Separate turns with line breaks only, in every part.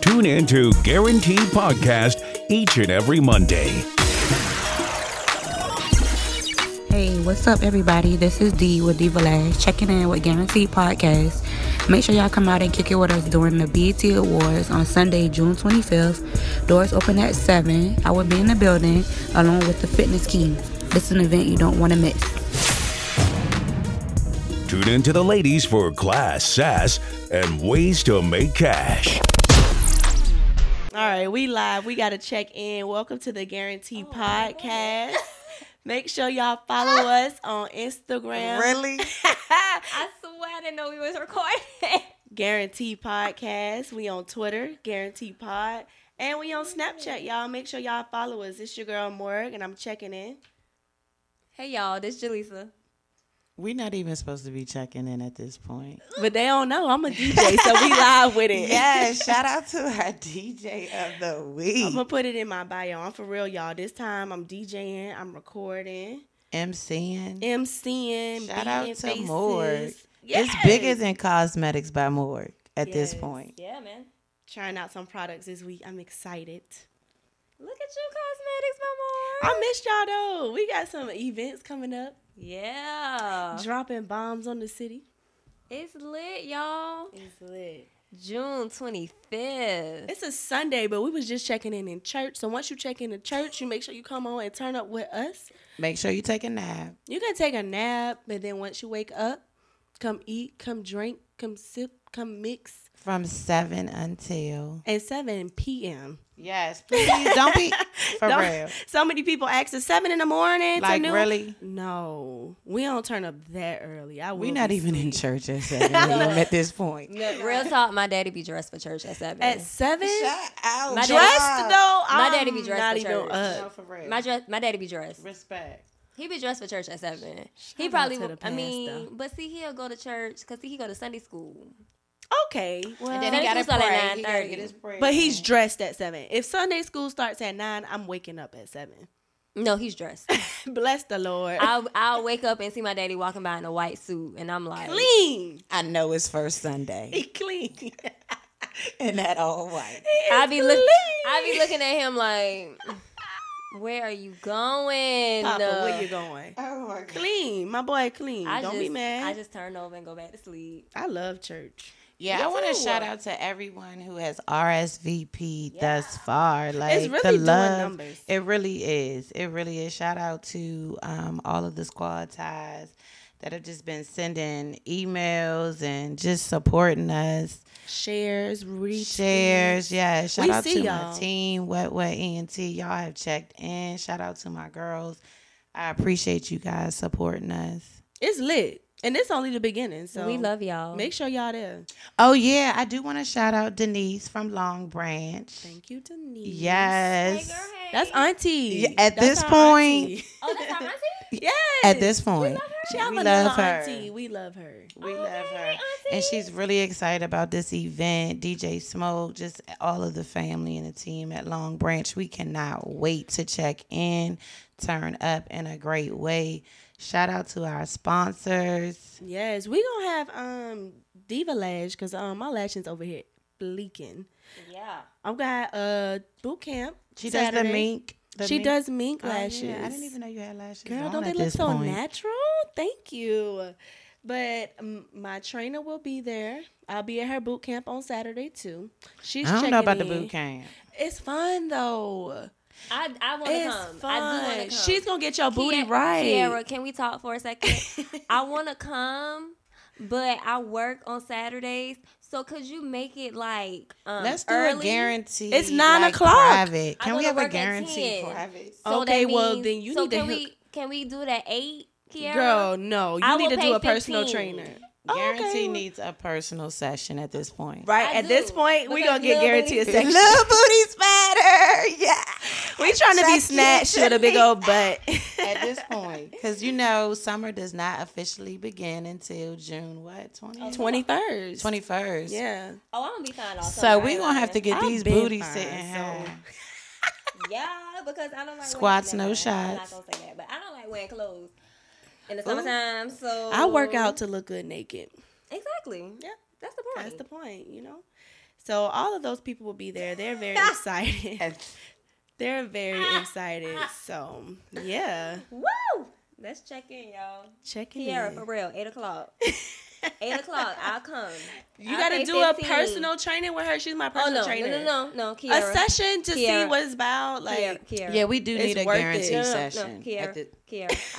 Tune in to Guaranteed Podcast each and every Monday.
Hey, what's up, everybody? This is Dee with Diva Lash, checking in with Guaranteed Podcast. Make sure y'all come out and kick it with us during the BET Awards on Sunday, June 25th. Doors open at 7. I will be in the building along with the Fitness King. This is an event you don't want to miss.
Tune in to the ladies for class, sass, and ways to make cash.
All right, we live. We got to check in. Welcome to the
Oh,
Guarantee Podcast. Make sure y'all follow us on Instagram.
Ah. Really?
I swear I didn't know we was recording.
Guarantee Podcast. We on Twitter, Guarantee Pod, and we on Snapchat. Y'all make sure y'all follow us. It's your girl Morg, and I'm checking in.
hey y'all, this Jaleesa.
We're not even supposed to be checking in at this point.
But they don't know I'm a DJ, so we live with it.
Yeah, shout out to our DJ of the
I'm gonna
week.
put it in my bio. I'm for real, y'all. This time I'm DJing, I'm recording,
MCN.
MCing.
Shout
being
out to
faces.
Morg. It's
Yes.
bigger than cosmetics by Morg at this
Yes.
point.
Yeah, man.
trying out some products this week. I'm excited.
Look at you, cosmetics, my more.
I missed y'all though. We got some events coming up,
yeah.
dropping bombs on the city.
It's lit, y'all.
It's lit.
June 25th.
It's a Sunday, but we was just checking in in church. So once you check in the church, you make sure you come on and turn up with us.
Make sure you take a nap.
You can take a nap, but then once you wake up, come eat, come drink, come sip, come mix.
From seven until
At 7 p.m.
yes, please don't be for
Don't-
real.
So many people ask us 7 in the morning. to
Like,
noon.
really?
No. We don't turn up that early. I
We're
will
not
be
even in
asleep.
church at seven a.m. at this point.
Look, real talk, my daddy be dressed for church at 7.
At 7?
out.
My
Dressed though,
My
I'm
daddy be dressed
not
for
even
church.
up.
for real.
my dress, my daddy be dressed.
Respect.
He be dressed for church at seven. he
out
probably,
to
would,
the
I mean,
pastor.
but see, he'll go to church because he go to Sunday school.
Okay, well,
then he gotta pray. He gotta get his
but he's dressed at seven. If Sunday school starts at nine, I'm waking up at seven.
No, he's dressed.
Bless the Lord.
I'll, I'll wake up and see my daddy walking by in a white suit, and I'm like,
clean.
I know it's first Sunday
He clean.
and that all white.
I be look, I
late.
be looking at him like, where are you going?
Papa,
Uh,
where you going?
Oh my god.
Clean, my boy. Clean.
I
Don't
just,
be mad.
I just turn over and go back to sleep.
I love church.
Yeah,
Me
I want to
too.
shout out to everyone who has RSVP thus far. Like
really
the
doing
love,
numbers.
it really is. It really is. Shout out to um, all of the squad ties that have just been sending emails and just supporting us.
Shares, retweets.
Shares, yeah. Shout
We
out
see
to
y'all.
my team, Wet Wet ENT. Y'all have checked in. Shout out to my girls. I appreciate you guys supporting us.
It's lit, and it's only the beginning. So
we love y'all.
Make sure y'all there.
Oh yeah, I do want to shout out Denise from Long Branch.
Thank you, Denise.
Yes.
That's auntie.
Yeah, at
That's
this
our
point-
auntie.
Oh, that's our auntie?
yes.
At this point,
She, I'm
we
a
love
love
her.
auntie. We love her.
We love her. And she's really excited about this event. DJ Smoke, just all of the family and the team at Long Branch. We cannot wait to check in, turn up in a great way. Shout out to our sponsors.
Yes, we gonna have um diva lash because um my lashings over here bleaking.
Yeah.
I've got uh boot camp.
She does
Saturday.
the mink. the
she
mink-
does mink
Oh, yeah.
lashes.
I didn't even know you had lashes.
Girl,
on
don't they
at
look
this
so
point.
natural? Thank you. But um, my trainer will be there. I'll be at her boot camp on Saturday too. She's
I don't know about
checking
the
in.
boot camp.
It's fun though.
I, I want to
It's
come.
fun.
I do want to come.
She's gonna get your booty
Kiara-
right.
Kiara, can we talk for a second? I want to come, but I work on Saturdays. So could you make it like um,
Let's do
early?
a guarantee.
It's nine
like,
o'clock.
Private.
I
Can
go
we
to
have a
work at
guarantee
10.
private?
So
Okay,
that
well,
means-
then you
so
need to
can
hook-
we can we do that eight, Kiara?
Girl, no, you
I
need
will
to
pay
do a personal
15.
trainer.
Guarantee
Oh, Okay.
needs a personal session at this point.
Right
I
at this
do,
point, we
because
gonna get
Lil
guaranteed a
Booty-
section.
Little booty spatter. Yeah.
we trying to be
Section.
snatched with a big old butt.
At this point, because you know, summer does not officially begin until June what twenty
twenty first,
twenty first.
Oh, yeah.
Oh, I'm gonna be fine all
So
summer, I
we
ain't
gonna have to
lying.
get
I've
these
been
booties
fine,
sitting
so-
high.
yeah because I don't like
Squats,
wearing
no
clothes. I'm not
shots.
gonna say that, but I don't like wearing clothes in the summertime. So
Oh.
I work out to look good naked.
exactly.
Yeah,
that's the point.
That's the point, you know. So all of those people will be there. They're very excited. They're very excited. So yeah,
Woo! Let's check in, y'all.
check it
Kiara,
in.
for real, eight o'clock. Eight o'clock, I'll come.
You
I'll
got to
pay
do a
15.
personal training with her. She's my
Oh
personal
no, no,
trainer.
no, no, no, Kiara.
A session to see
Kiara.
what it's about. Like
Kiara, Kiara.
Yeah, we do
It's
need a
worth it.
guarantee
no, no, no,
session.
No, Kiara,
at the-
Kiara.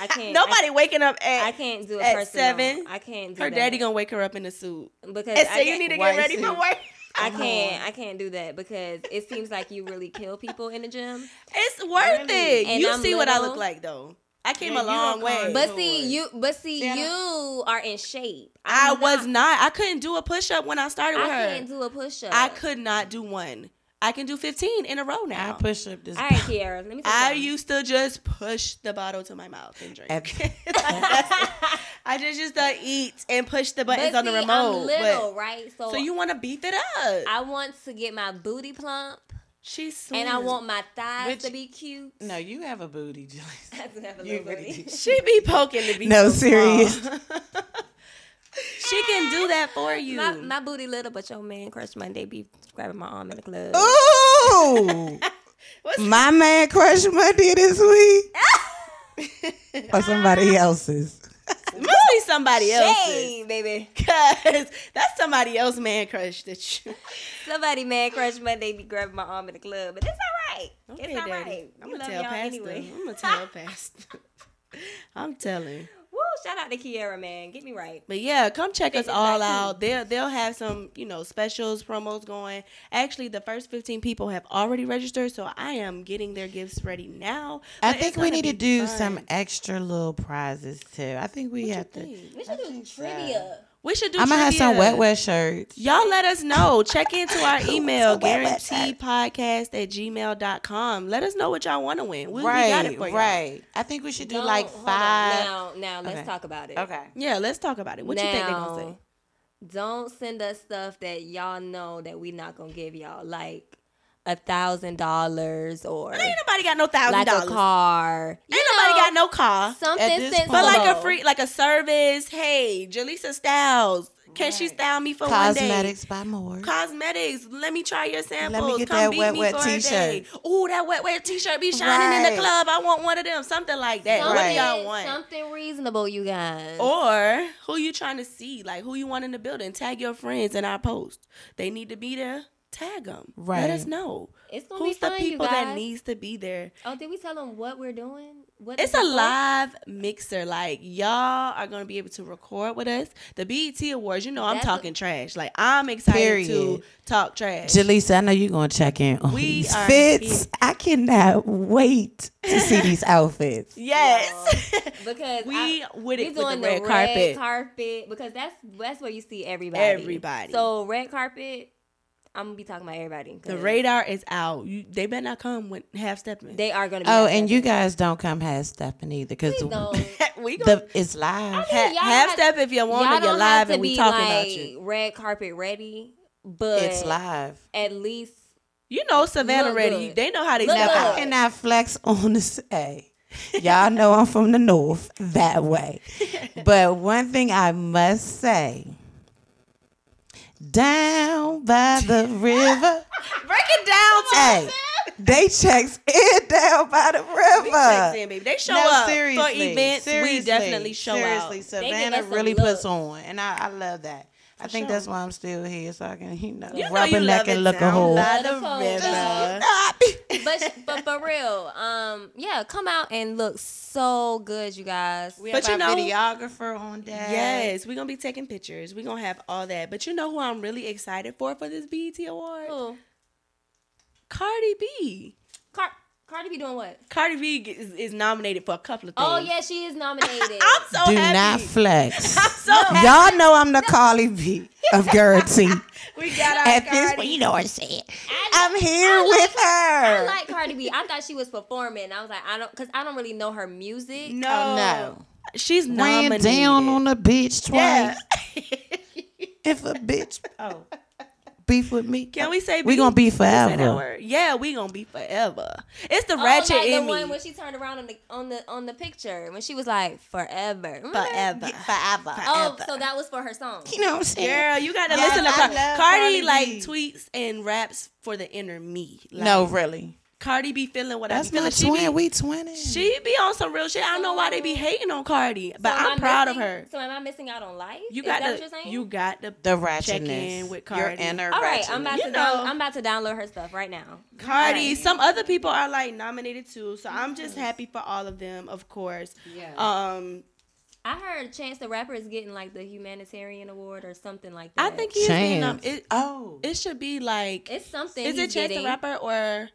I can't.
nobody waking up
I,
at
I can't do a
at
personal.
seven,
I can't do
her
that.
daddy gonna wake her up in a suit
because
and
I
say you
can't-
need to
why
get ready
suit?
for work.
I can't. I can't do that because it seems like you really kill people in the gym.
It's worth it.
And
you
I'm
see what I
little.
look like though. I came
Yeah,
a
you
long
are
way.
kind.
But
Lord.
see, you. But see,
See, I don't-
you are in shape.
I
I'm
was not. I couldn't do a push up when I started
I
with her.
can't do a push up.
I could not do one. I can do 15 in a row
I
now.
push up this.
All right, Kiara. Let me.
I used to just push the bottle to my mouth and drink.
At-
I just used to eat and push the buttons
but
on the
see,
remote.
I'm
but-
little, right? So,
so you want to beef it up?
I want to get my booty plump,
She's sweet.
and I want my thighs
Which-
to be cute.
No, you have a booty, Joyce.
I do have a
You
little
really
booty.
do.
She be poking to be so
No,
small.
serious.
she can do that for you.
My, my booty little, but your man crush Monday be grabbing my arm in the club.
Ooh,
What's-
my man crush Monday this week, or somebody else's.
Must be somebody else's.
Shame, baby.
Cause that's somebody else man crush that you.
Somebody man crush Monday be grabbing my arm in the club, but it's all right. it's all right.
I'm gonna
We love
tell
y'all
Pastor.
anyway.
I'm gonna tell Pastor. I'm telling.
Woo! Shout out to Kiara, man. Get me right.
But yeah, come check us
Fitness
all
IQ.
out. They'll they'll have some you know specials promos going. Actually, the first 15 people have already registered, so I am getting their gifts ready now.
I
But it's
think we
gonna
need to
be
do
fun.
some extra little prizes too. I think we have to.
Dang.
We should do trivia.
We should do.
I'm gonna have some
trivia.
wet wet shirts.
Y'all let us know. Check into our email,
So wet, wet, wet.
guaranteepodcast at gmail.com. Let us know what y'all want to win. We, we got it
right,
for y'all.
right. I think we should do
Don't-
like
hold on.
five.
Now, now let's
Okay.
talk about it.
Okay.
Yeah, let's talk about it. What you think they going to say?
Now, Don't send us stuff that y'all know that we not gonna give y'all, like a thousand dollars or
Ain't nobody got no thousand
like a
dollars.
car. You
Ain't
know,
nobody got no car.
something
At this
sensible.
point-
But like a free, like a service. Hey, Jaleesa Styles, can she
Right.
style me for one day?
Cosmetics by Moore.
Cosmetics. Let me try your samples.
get
Come
that
beat
wet,
me
wet
for a day. Ooh, that wet, wet t-shirt be shining in
Right.
the club. I want one of them. Something like that.
something,
What do
Right.
y'all want?
something reasonable, you guys.
Or who you trying to see? Like who you want in the building? Tag your friends in our post. They need to be there. Tag them. Let
Right.
us know.
it's gonna
Who's
be
the
fun,
people
you guys.
that needs to be there?
Oh, did we tell them what we're doing? What
It's
is
a
it for?
live mixer. Like y'all are gonna be able to record with us. The BET Awards. You know I'm
That's a-
talking trash. Like I'm excited to
Period.
talk trash.
Jaleesa, I know you're gonna check in on
We
these
are
fits.
here.
I cannot wait to see these outfits.
yes.
because
we
I-
with
we
it with
doing
the red
the
carpet.
red carpet because that's that's where you see everybody.
Everybody.
So red carpet, I'm gonna be talking about everybody.
the
'cause
radar is out. You, they better not come when half stepping.
They are gonna. be
Oh,
at
and
that.
you guys don't come half stepping either, because
Please don't.
the,
we gonna
the it's live.
Hey,
ha-
y'all
half
have-
step if you want
Y'all
to. You're
don't
live
have to
and we
be
talking
like
about you.
red carpet ready, but
It's live.
At least
You know Savannah
Look
ready.
good.
They know how they
Look
step
Now
good.
out.
I cannot flex on the say. Y'all know I'm from the north that way. But one thing I must say. Down by the river.
Break it down.
hey, they checks in down by the
We checks
river.
in, baby. They show
No,
up for
seriously,
events.
seriously,
we definitely show
seriously,
out.
give
Savannah
us some
really
looks.
puts on, and I, I love that. I think that's why I'm still here, so I can you know
You know
rub
you
a neck
love
and
it
look a
down
hole.
by
Love the
the
pole.
river.
but but for real, um, yeah, come out and look so good, you guys.
We
But
have
you
our
know-
videographer on deck.
Yes, we're gonna be taking pictures. We're gonna have all that. But you know who I'm really excited for for this BET award?
Ooh.
Cardi B.
Car- Cardi be doing what?
Cardi B g- is, is nominated for a couple of things.
Oh yeah, she is nominated.
I'm so
Do
happy.
not flex.
I'm so happy.
Y'all know I'm the Carly B of guarantee.
We got our
At this
Cardi.
point, you know what I'm saying.
I
I'm here with
I
her.
like Cardi B. I thought she was performing. I was like, I don't, because I don't really know her music.
no,
Oh,
she's
Ran
nominated.
down on a bitch twice.
Yeah.
If a bitch, oh, beef with me.
Can we say
We gonna
Can we
be
say that
forever.
word? Yeah, we gonna be forever. It's the
Oh,
ratchet
like the
in
one
me.
when she turned around on the on the on the picture when she was like forever, Remember?
Forever.
forever?
Oh, so that was for her song.
You know what I'm saying?
Girl, you gotta
Yes,
listen to
I
Cardi.
love
Cardi
Cardi
like
B.
tweets and raps for the inner me. Like,
no, really.
Cardi be feeling what
That's
I be feeling.
my
She
twin.
be,
We twinning.
she be on some real shit. I don't know why they be hating on Cardi, but
So am
I'm
I
proud of
missing-
her.
So am I missing out on life?
You
Is that
got
what you're
to
saying?
you got to
the
check
ratchetness.
in with
Your
Cardi.
inner
All right, I'm
ratchetness.
about
You
to
know.
down, I'm about to download her stuff right now.
Cardi.
Right.
Some other people are like nominated too, so I'm just happy for all of them, of course.
Mm-hmm. Yeah.
Um,
I heard Chance the Rapper is getting like the humanitarian award or something like
I
that.
think he is being nom-
Chance.
it,
Oh,
it should be like
it's something.
is
he's
it Chance
getting.
the Rapper or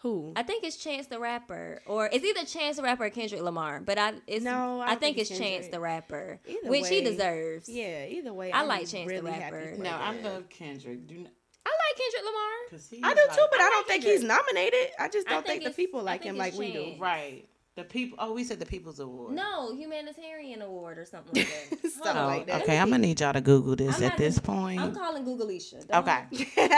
who?
I think it's Chance the Rapper, or it's either Chance the Rapper or Kendrick Lamar. But I, it's,
No, I
I,
don't
think,
think
it's
it's
Chance
Kendrick.
the Rapper,
Either
which he
way.
deserves.
yeah, either way,
I
I'm
like Chance the
really happy
Rapper.
for
No,
them.
Kendrick. Do not,
I like Kendrick Lamar.
cause
I do too, but I, don't think
Kendrick.
he's nominated. I just
I
don't
think
think, the
it's-
people
I
like
think
him
it's
like we do.
Chance.
right. The people. Oh, we said the People's Award.
No, humanitarian award or something like that. Hold
Something
on.
Oh,
like that.
okay, I'm gonna need y'all to Google
I'm
this
not
at this
gonna-
point.
I'm calling Google Alicia. Don't-
Okay.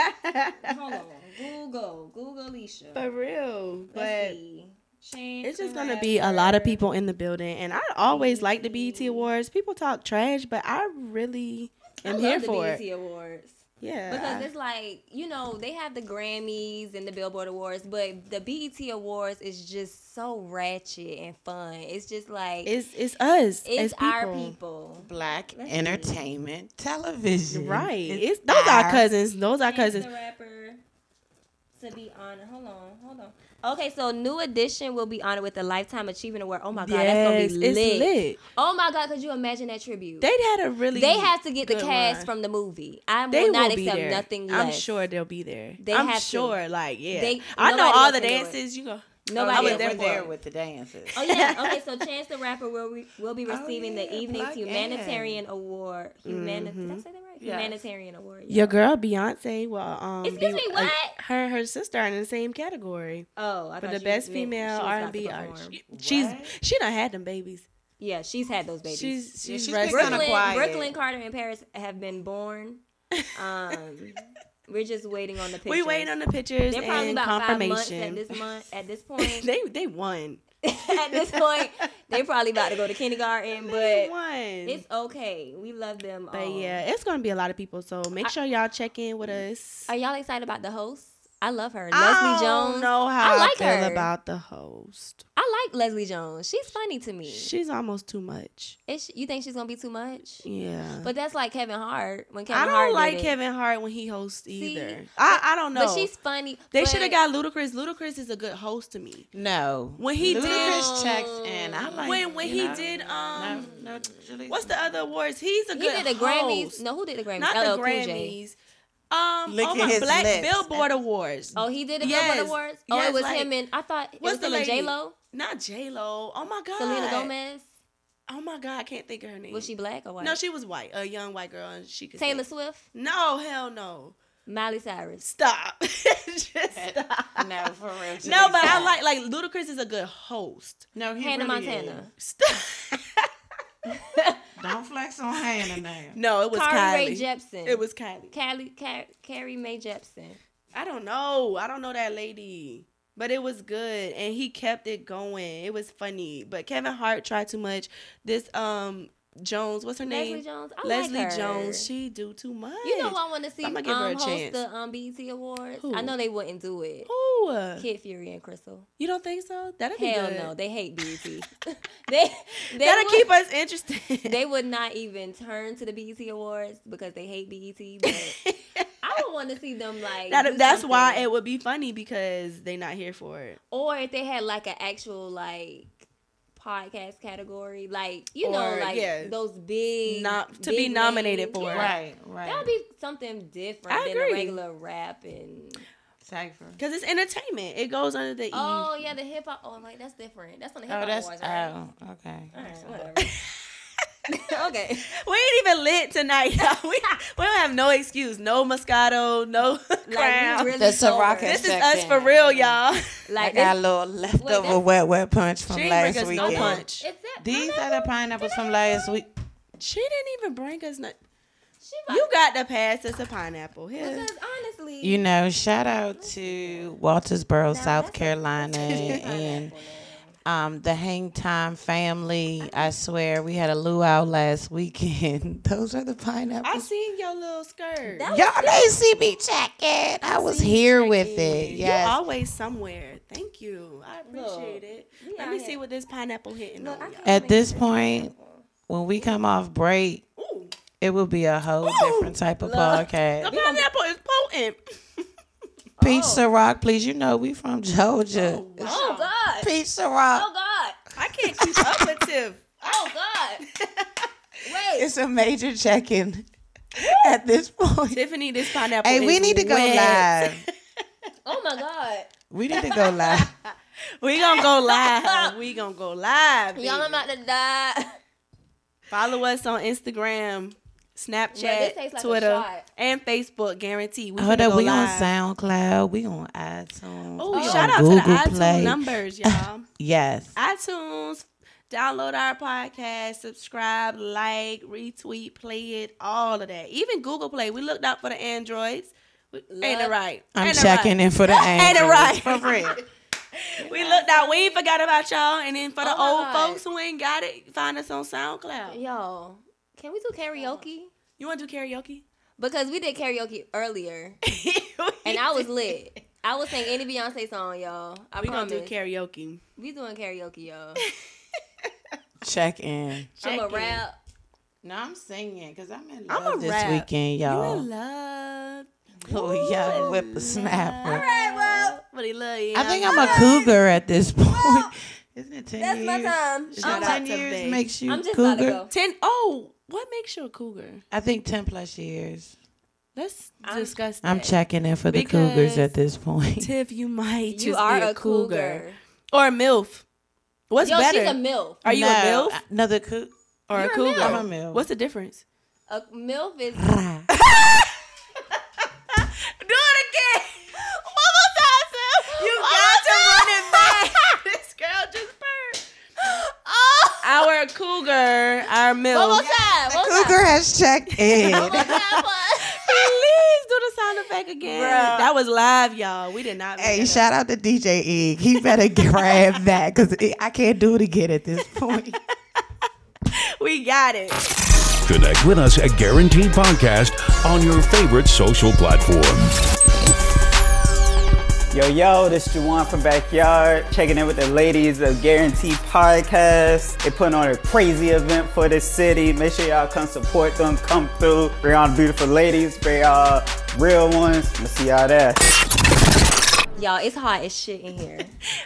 Hold on. Google. Google Alicia.
for real,
Let's
but.
see.
It's
Chance
just
the
gonna be a lot of people in the building, and I always like the
BET.
BET Awards. People talk trash, but I really
I
am
love
here
the
for it.
BET Awards.
Yeah,
Because it's like, you know, they have the Grammys and the Billboard Awards, but the BET Awards is just so ratchet and fun. It's just like, it's,
it's it's us. as
our people.
Black
Let's see.
Entertainment Television.
Right. It's, those are cousins. Those are
Chance
cousins.
the rapper to be honored. Hold on, hold on. Okay, so New Edition will be honored with a Lifetime Achievement Award. Oh my God, that's
Yes,
gonna be
it's
lit.
lit.
Oh my God, could you imagine that tribute?
They had a really.
They have to get the
good
cast
run.
from the movie. I
They
will not
be
accept
there.
nothing less.
I'm sure they'll be there.
They
I'm
have to.
sure. Like yeah,
They-
I know
nobody
all
else
the
can do it.
dances. You go.
Nobody
I was
else
Oh, there
can
for
do it.
it.
with the dances.
Oh yeah. Okay, so Chance the Rapper will re- will be
Oh,
receiving the
yeah,
evening's
plug in.
humanitarian award. Humani- Did I say that right?
Yes.
Humanitarian award.
Mm-hmm. Your girl Beyonce will um. be,
Excuse me,
uh,
what?
her and her sister are in the same category
Oh, I
for
thought
the
you
best
meant she
female
was
R
about
and
to
B artist.
perform.
She's
What?
she done had them babies.
Yeah, she's had those babies.
She's
Yeah,
she's,
she's
resting.
been kinda
Brooklyn,
quiet.
Brooklyn Carter and Paris have been born. Um, we're just waiting on the pictures.
We waiting on the pictures
They're probably
and
about five
confirmation.
months at this month. At this point,
they they won.
at this point, they're probably about to go to kindergarten.
They
But
won.
it's okay. We love them.
But
all.
yeah, it's gonna be a lot of people. So make sure y'all check in with us.
Are y'all excited about the host? I love her.
I
Leslie
don't
Jones.
know how I,
like
feel
her.
about the host.
I like Leslie Jones. She's funny to me.
She's almost too much.
Is she- you think she's gonna be too much?
Yeah,
But that's like Kevin Hart. When Kevin
I don't
Hart
like
did it.
Kevin Hart when he hosts
See?
either. I I don't know.
But she's funny.
they
but-
should have got Ludacris. Ludacris is a good host to me.
No.
When he did-
Ludacris checks in. I like
When- when
you
he
know,
did, um,
no, no, Julie-
What's the other awards? He's a
He
good
did
host.
the Grammys. No, who did the Grammys?
not
LL
the
Cool J.
Grammys. Um,
Look
oh
at
my
his
Black
lips.
Billboard Awards.
Oh, he did the
Yes.
Billboard Awards. Oh,
Yes,
it was
like-
him and I thought it
What's
was
the
him and
lady?
J Lo,
Not J Lo. Oh my God.
Selena Gomez.
Oh my God. I can't think of her name.
Was she black or white?
No, she was white. A young white girl, and she could
Taylor
sing.
Swift,
No, hell no.
Miley Cyrus.
Stop. Just stop.
No, for real. Julie,
No, but I
stop.
like like Ludacris is a good host.
No, he
Hannah
really
Montana.
Stop.
is. Don't flex on Hannah now.
no, it was
Carly Rae
Kylie.
Jepsen.
it was Kylie.
Callie, Car- Carrie Mae Jepsen.
I don't know. I don't know that lady. But it was good and he kept it going. It was funny. But Kevin Hart tried too much. This um Jones, what's her
Leslie
name?
Jones. I
Leslie
like her.
Jones. She do too much.
You know who I want to see
I'ma
um,
give her a chance.
host the um, BET Awards?
Who?
I know they wouldn't do it.
Ooh.
Kid Fury and Crystal.
You don't think so? That'd be
Hell
good.
no, they hate BET. they they
That'll
would,
keep us interested.
They would not even turn to the BET Awards because they hate BET. But I would want to see them like.
That-
do
that's
something.
why it would be funny because they not here for it.
or if they had like an actual like podcast category, like you know,
Or,
like
yeah.
those big
Not- to
big
be nominated
names.
for.
Yeah.
Right, right.
That would be something different
I
than
agree.
a regular rap and
Cypher.
Because it's entertainment. It goes under the E.
oh yeah, the hip hop. Oh, I'm like that's different. That's on the hip
Oh,
hop
that's
awards, right?
oh, okay.
All right, whatever. okay.
We ain't even lit tonight. y'all. we, we don't have no excuse. No Moscato, no
Like,
crown.
we really
The Ciroc
sober.
has-
this is
Check
us
in.
for real, y'all.
I
Like
got a
it's-
little leftover
that's-
wet, wet punch from
She ain't
last
bring us
weekend.
no punch.
Is that
These are
pineapple?
the pineapples from last week.
She didn't even bring us nothing.
She about
You got to pass us a pineapple. Here.
because honestly,
You know, shout out to
Now,
Waltersboro, South
that's a-
Carolina, and um, the Hangtime family. I swear, we had a luau last weekend. Those are the
I
pineapples.
seen your little skirt.
That-
Y'all didn't see me checking. I was here with it.
You
Yes.
always somewhere. Thank you. I appreciate it. Let
out
me
here.
see what this pineapple hitting
look, I
on.
can't
At
make
this
it.
point, when we come off break,
y'all. Ooh,
it will be a whole different type of
the
podcast.
pineapple is potent.
Peach Ciroc, please. You know we from Georgia.
Oh God!
Peach Ciroc.
Oh God!
I can't keep up with Tiff.
Oh God! Wait.
It's a major check-in at this point.
Tiffany, this pineapple.
Hey,
is
we need to go
wet.
live.
oh my God!
We need to go live.
We gonna go live. We gonna go live. baby.
Y'all, I'm about to die.
Follow us on Instagram, Snapchat,
this tastes like a
Twitter,
shot.
and Facebook. Guarantee we
Hold
finna
up,
go
we on
live.
SoundCloud, we on iTunes,
Ooh,
we
shout
on
out
Google
to the iTunes
Play.
numbers, y'all.
Yes,
iTunes. Download our podcast, subscribe, like, retweet, play it, all of that. Even Google Play. We looked out for the Androids. We, ain't it
Look.
right?
I'm
Ain't it
checking
right?
in for the ain't
it right?
for real.
We looked out. We ain't forgot about y'all. And then for the
Oh my
old
God.
folks who ain't got it, find us on SoundCloud.
Yo, can we do karaoke?
You want to do karaoke?
Oh. Because we did karaoke earlier, and I was lit. I was sing any Beyonce song, y'all. I
we gonna
promise.
do karaoke.
we doing karaoke, y'all.
Check in.
I'm
Check
a
it.
rap.
No, I'm singing because I'm in
I'm
love
a
this
rap.
weekend,
You in
y'all.
love?
Oh, young whippersnapper.
Hey, well,
What he love? Yeah.
I think I'm a cougar at this point. Isn't it ten
that's
years?
my time.
Should
Shout
I'm,
out
ten
to
years
Bay.
makes you
I'm just
cougar?
about to go.
ten. Oh, what makes you a cougar?
I think ten plus years.
Let's
I'm-
discuss.
I'm
that.
checking in for the
Because-
cougars at this point.
Tiff, you might just
You are
be
a cougar.
or a milf. What's
Yo,
better?
she's a milf.
are you a
No,
milf
Another coug.
or a
You're a
cougar?
milf.
I'm a milf.
What's the difference?
A milf is
Do it again. One more time, Tiff. You got to run it back. this girl just burned. Our cougar, our
Oh, One more
milf.
time. One more time.
Cougar has checked in.
Oh
One more time for us.
Please do the sound effect again.
Bruh.
That was live, y'all. We did not. make
Hey,
that up.
shout out to DJ Egg. He better grab that because I can't do it again at this point.
We got it.
Connect with us at Guaranteed Podcast on your favorite social platform.
Yo, yo, this is Juwan from Backyard, checking in with the ladies of Guarantee Podcast. They putting on a crazy event for this city. Make sure y'all come support them, come through. Bring on the beautiful ladies, bring all real ones. Let's see y'all there.
Y'all, it's hot as shit in here.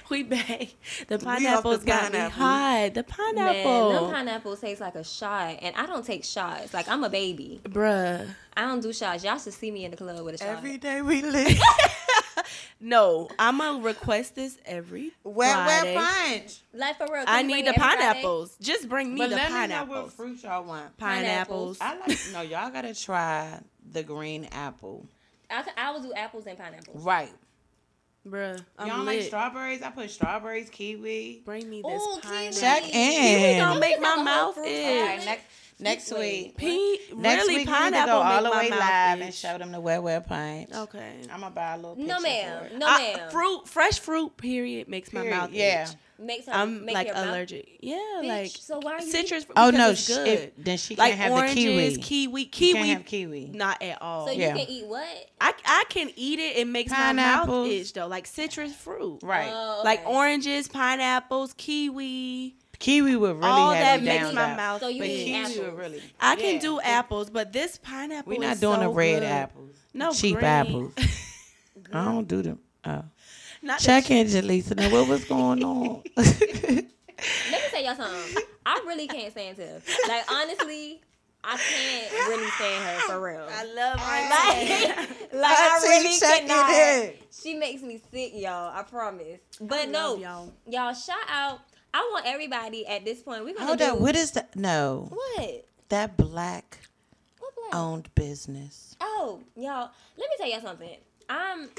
We back. The pineapples
the
got me
pineapple.
hot. The
Man, them
pineapple.
pineapples taste like a shot, and I don't take shots. Like I'm a baby.
Bruh.
I don't do shots. Y'all should see me in the club with a shot.
Every day we live.
No, I'm going to request this every
Wet,
Friday.
wet punch.
like for real. can
I
you bring
need
it
the
every Friday?
pineapples. Just bring me the pineapples.
fruit y'all want.
Pineapples.
I like, no, y'all gotta try the green apple.
I, c- I will do apples and pineapples.
Right.
Bruh. I'm
y'all
lit.
like strawberries? I put strawberries, kiwi.
Bring me this
Ooh,
pineapple.
kiwi.
Check
Kiwi
in.
gonna make my
Like a whole
mouth
fruit
All right,
itch.
salad.
next next week.
Pink,
Next
really
week we need to
pineapple
go all
make
the
my
way
mouth
live and
itch. Oh,
show them the wet wet punch.
Okay.
I'm gonna buy a little.
No
picture
ma'am.
for it.
No
I-
ma'am.
fruit, fresh fruit, period, makes
Period,
my mouth
yeah.
itch.
Makes her,
I'm
make
like
your mouth-
allergic. Yeah,
Bitch,
like
so why are you
citrus.
Oh
because
no!
it's
sh-
good.
it- then she
like
can't have
oranges,
the kiwi.
kiwi,
You
kiwi,
can't have kiwi.
not at all.
So you
Yeah.
can eat what?
I I can eat it. It makes my mouth
Pineapples.
itch though, like citrus fruit,
Right.
Oh, okay.
Like oranges, pineapples, kiwi.
kiwi would really
all
have
that
you
makes
down
my
though.
mouth
So you
But
eat
itch.
kiwi
apples.
would really.
I can
Yeah.
do apples, but this pineapple.
We're not
is
doing
so
the red
good.
apples.
No
cheap
green.
apples. I don't do them. Oh.
Not the
Check in, Jaleesa. Now what was going on?
Let me tell y'all something. I really can't stand Tiff. Like honestly, I can't really stand her for real.
I love my
Like, like I really cannot. She makes me sick, y'all. I promise. But no,
love
y'all.
y'all.
shout out. I want everybody at this point. We're gonna
Hold
do
up. What is that? No,
what?
that black
What black?
owned business.
Oh, y'all. Let me tell y'all something. I'm.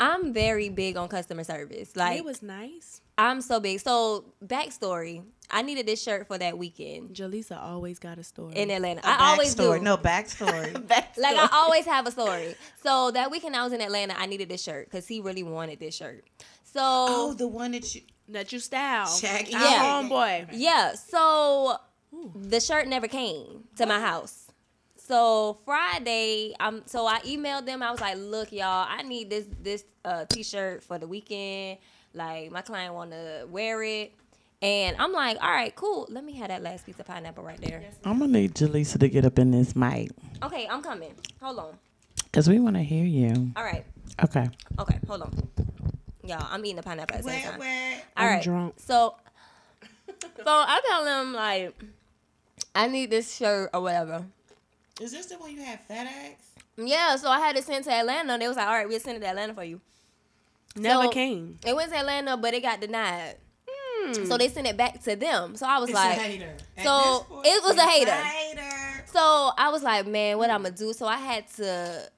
I'm very big on customer service. Like
it was nice.
I'm so big. So backstory, I needed this shirt for that weekend
Jaleesa always got a story.
in Atlanta. I always do.
backstory. No backstory.
Like I always have a story. So that weekend I was in Atlanta, I needed this shirt because he really wanted this shirt. So
oh, the one that you
Nut you style.
Check it
Our
out.
homeboy.
Yeah, so the shirt never came to my house. So Friday, um, so I emailed them. I was like, "Look, y'all, I need this this uh, t-shirt for the weekend. Like, my client want to wear it." And I'm like, "All right, cool. Let me have that last piece of pineapple right there."
I'm gonna need Jaleesa to get up in this mic
Okay, I'm coming. Hold on.
because we want to hear you.
All right.
Okay.
Okay, hold on. Y'all, I'm eating a pineapple at the same time. All
I'm
right.
drunk.
So, so I tell him like, I need this shirt or whatever.
Is this the one you had FedEx?
Yeah, so I had it sent to Atlanta. They was like, all right, we'll send it to Atlanta for you.
Never
So-
came.
It went to Atlanta, but it got denied. So they sent it back to them. So I was like, so it was a hater. So I was like, man, what I'm gonna do? So I had to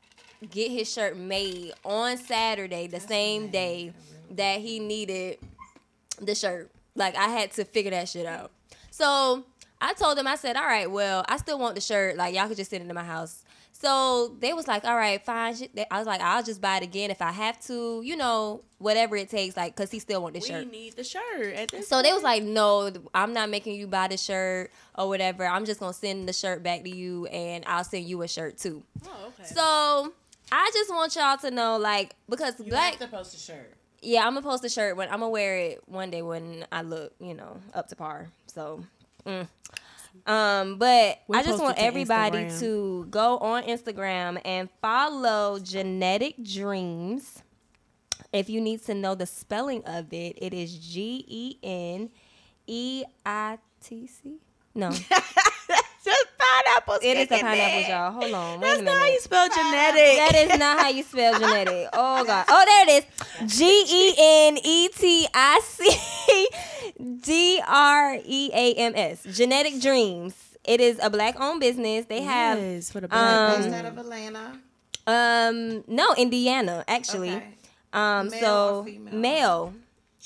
get his shirt made on Saturday, the same day that he needed the shirt. Like I had to figure that shit out. So I told him, I said, all right, well, I still want the shirt. Like y'all could just send it to my house. So they was like, all right, fine. Shit. They- I was like, I'll just buy it again if I have to, you know, whatever it takes. Like, cause he still want the
We
shirt.
need the shirt at this
So they was like, no, th- I'm not making you buy the shirt or whatever. I'm just gonna send the shirt back to you, and I'll send you a shirt too.
Oh, okay.
So I just want y'all to know, like, because black,
post a shirt.
yeah, I'm gonna post a shirt when I'm gonna wear it one day when I look, you know, up to par. So, mm. um, but
We'll
I just
post
want
it to
everybody
Instagram.
to go on Instagram and follow Genetic Dreams. If you need to know the spelling of it, it is G E N E I T C. No,
just pineapples.
it is a pineapple, y'all. Hold on, wait
That's
a
not how
minute.
you spell genetic.
That is not how you spell genetic. Oh god. Oh, there it is. G E N E T I C D R E A M S. Genetic Dreams. It is a black-owned business. They have
Yes, for the
um,
black
Based
um,
out of Atlanta.
um no Indiana actually.
Okay.
Um
Male
so
or female?
male.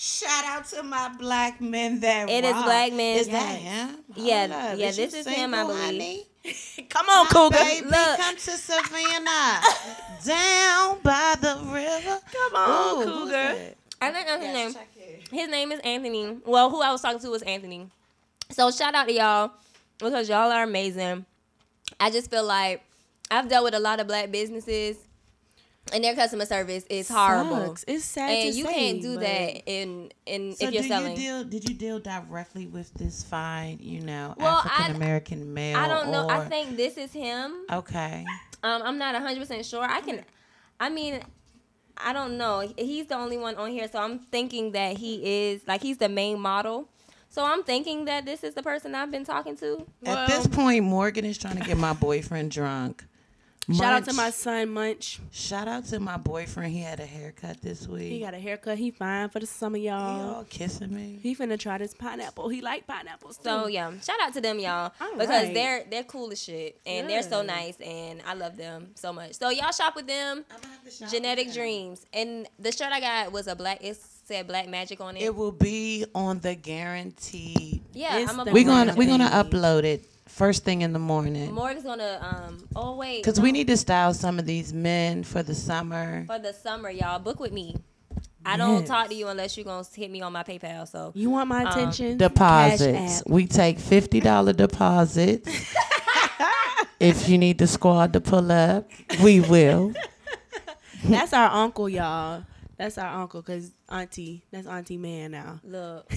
Shout out to my black men that
It is
rock.
black men.
Is that
Yes.
him?
Yeah,
Hold up.
yeah,
you
this is him, I
single,
believe.
honey?
Come on, cougar.
Baby,
Look.
come to Savannah. down by the river.
Come on,
Ooh, who's
cougar.
that?
I think that's his name. His name is Anthony. Well, who I was talking to was Anthony. So shout out to y'all because y'all are amazing. I just feel like I've dealt with a lot of black businesses and their customer service is horrible.
Sucks. It's sad
And
to
you
say,
can't do
but-
that in in
So
if you're
do
selling.
you deal? Did you deal directly with this fine, you know,
Well, I-
African American male?
I don't know. I
or-
think this is him.
Okay.
Um, I'm not 100% sure. I can, I mean, I don't know. He's the only one on here, so I'm thinking that he is, like, he's the main model. So I'm thinking that this is the person I've been talking to.
At this point, Morgan is trying to get my boyfriend drunk.
Shout out to
Munch-
my son Munch.
shout out to my boyfriend. He had a haircut this week.
He got a haircut. He fine for the summer,
He
y'all.
all kissing me.
He finna try this pineapple. He like pineapples.
So
too.
yeah, shout out to them y'all all
Hmm. All
because
right.
they're they're cool as shit and they're so nice and I love them so much. So y'all shop with them. Genetic Dreams and the shirt I got was a black. It said Black Magic on it.
It will be on the guarantee.
yeah,
It's
I'm
the
a black
We're gonna
Magic.
we're gonna upload it first thing in the morning
Morg's gonna um. Oh wait,
because we
no.
need to style some of these men for the summer.
for the summer y'all book with me. I don't
Yes.
talk to you unless you gonna hit me on my PayPal. So
You want
Um,
my attention? Cash
deposits.
app.
We take fifty dollar deposits. if you need the squad to pull up, we will.
That's our uncle, y'all. That's our uncle, cause auntie. That's auntie man now.
look,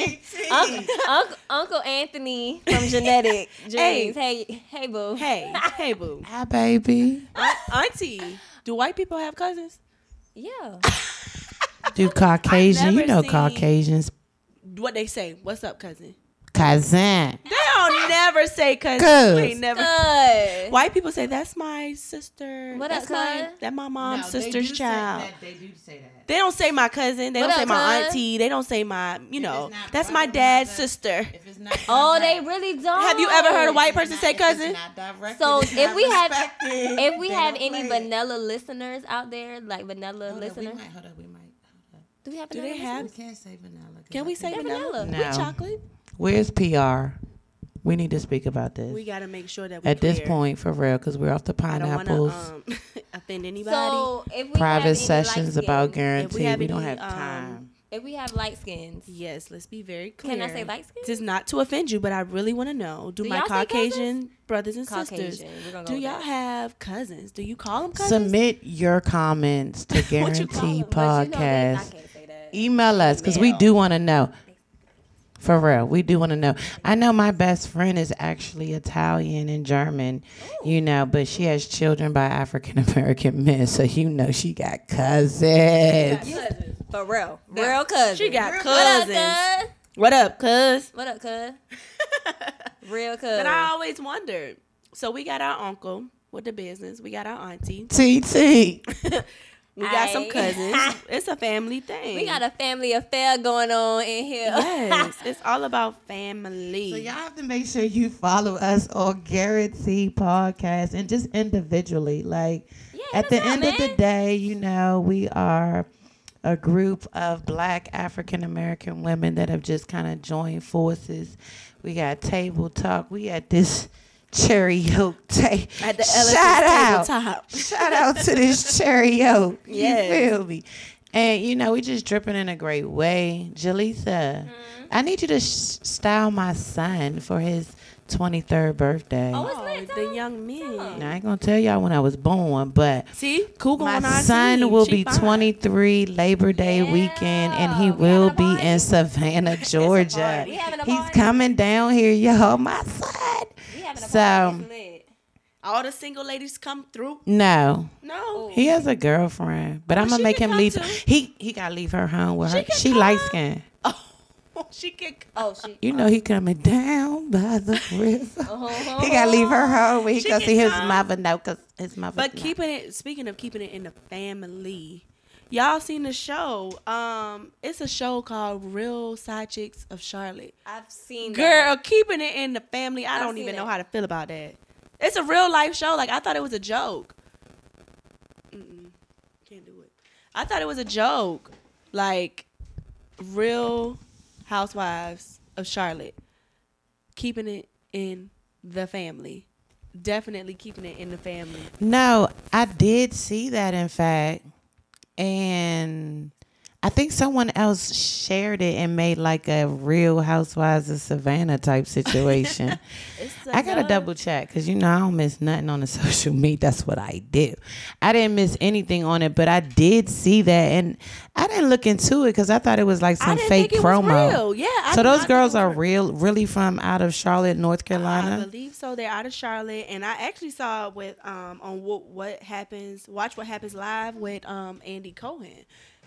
Uncle, Uncle, Uncle Anthony from Genetic Dreams. Hey, hey, boo.
Hey, hey, boo.
Hi, Ah, baby.
auntie, do white people have cousins?
Yeah.
Do Caucasian? You
never
know
seen-
Caucasians.
What they say? What's up, cousin?
cousin.
They don't never say cousin.
Cuz.
They never.
Good.
White people say that's my sister.
What up,
that's my
cuz?
that my mom's
No, they
sister's
do say
child.
that- They do say that.
They don't say my cousin. They
What
don't say
up,
my
cuz?
auntie. They don't say my you know.
not
That's
right,
my
it's not
dad's
that.
sister.
If it's not
Oh, they
direct-
really don't.
Have you ever heard a white
if it's
person
not-
say
if it's
cousin?
not directed,
So
it's
if
not
we have
respected.
if we
They
have
don't
any
play it.
vanilla listeners out there, like vanilla
Hold up, we
listeners,
might- Hold up, we might. hold up.
do we have
Do
vanilla?
they
listeners?
have?
We can't say vanilla. 'cause
Can
I
we say
think-
vanilla?
vanilla.
We
No.
chocolate.
Where's PR? We need to speak about this.
We gotta make sure that we
At this
clear.
point, for real, because we're off the
I don't want to
pineapples.
um, offend anybody.
So if we have
private
any
sessions
light
about
skins-
guarantee. We,
have
don't
any,
have
um,
time.
If we have light skins,
yes, let's be very clear.
Can I say light skin?
This is not to offend you, but I really want to know: Do,
Do
my
y'all say
Caucasian brothers and sisters?
Caucasian. We're gonna go
Do
with
y'all
that.
have cousins? Do you call them cousins?
Submit your comments to
What you call
Guarantee
'em? But you know that- I
Podcast.
can't say that.
Email us because we do want to know. For real, we do want to know. I know my best friend is actually Italian and German, you know, but she has children by African American men, so you know she got cousins.
For Oh, real, real cuz.
She got
what
cousins.
up, cuz?
What up, cuz?
What up, cuz? Real cuz.
But I always wondered. So we got our uncle with the business. We got our auntie.
TT.
We got some
Aye.
cousins. it's a family thing.
We got a family affair going on in here.
yes. It's all about family.
So y'all have to make sure you follow us on Guarantee Podcast and just individually. Like at the
that's
end
all,
of the
man.
day, you know, we are a group of black African American women that have just kind of joined forces. We got table talk. We at this cherry oak table.
At the
Shout
Elephant's
out.
Tabletop.
Shout out to this cherry oak.
Yes.
You feel me? And you know, we just dripping in a great way. Jaleesa, I need you to sh- style my son for his 23rd birthday.
Oh, it's
Oh,
lit,
the
dog.
young men.
now, I ain't gonna tell y'all when I was born, but
See, Google
my
on our
son
team.
will
She
be
fine.
23 Labor Day weekend, and he
Yeah,
will
we
be
having a
in Savannah, Georgia.
We having a
He's
party.
coming down here, y'all. My son.
We having a
So-
party. It's lit.
All the single ladies come through.
No,
No.
He has a girlfriend, but I'm
she
gonna make
can
him
come
leave.
too.
He he gotta leave her home with her.
can
She
come.
light skin.
Oh, she can.
Oh shit.
You know he coming down by the river.
Uh-huh.
He gotta leave her home where he
She
go
can
see his
come.
mother. No, cause his mother.
But
no.
keeping it. Speaking of keeping it in the family, y'all seen the show? Um, it's a show called Real Side Chicks of Charlotte.
I've seen that.
Girl, keeping it in the family. I
I've
don't
seen
even know
it.
how to feel about that. It's a real life show. Like I thought it was a joke. Mm-mm. Can't do it. I thought it was a joke. Like real housewives of Charlotte. Keeping it in the family. Definitely keeping it in the family.
No, I did see that in fact, and I think someone else shared it and made like a Real Housewives of Savannah type situation. I gotta
oh.
double check because you know I don't miss nothing on the social media. That's what I do. I didn't miss anything on it, but I did see that, and I didn't look into it because I thought it was like some
didn't
fake
think it was
promo.
real. Yeah, I
so
did not
those
think
girls
it was
are real, really from out of Charlotte, North
I
Carolina.
believe so. They're out of Charlotte, and I actually saw it with um on what what happens. Watch what happens live with um Andy Cohen.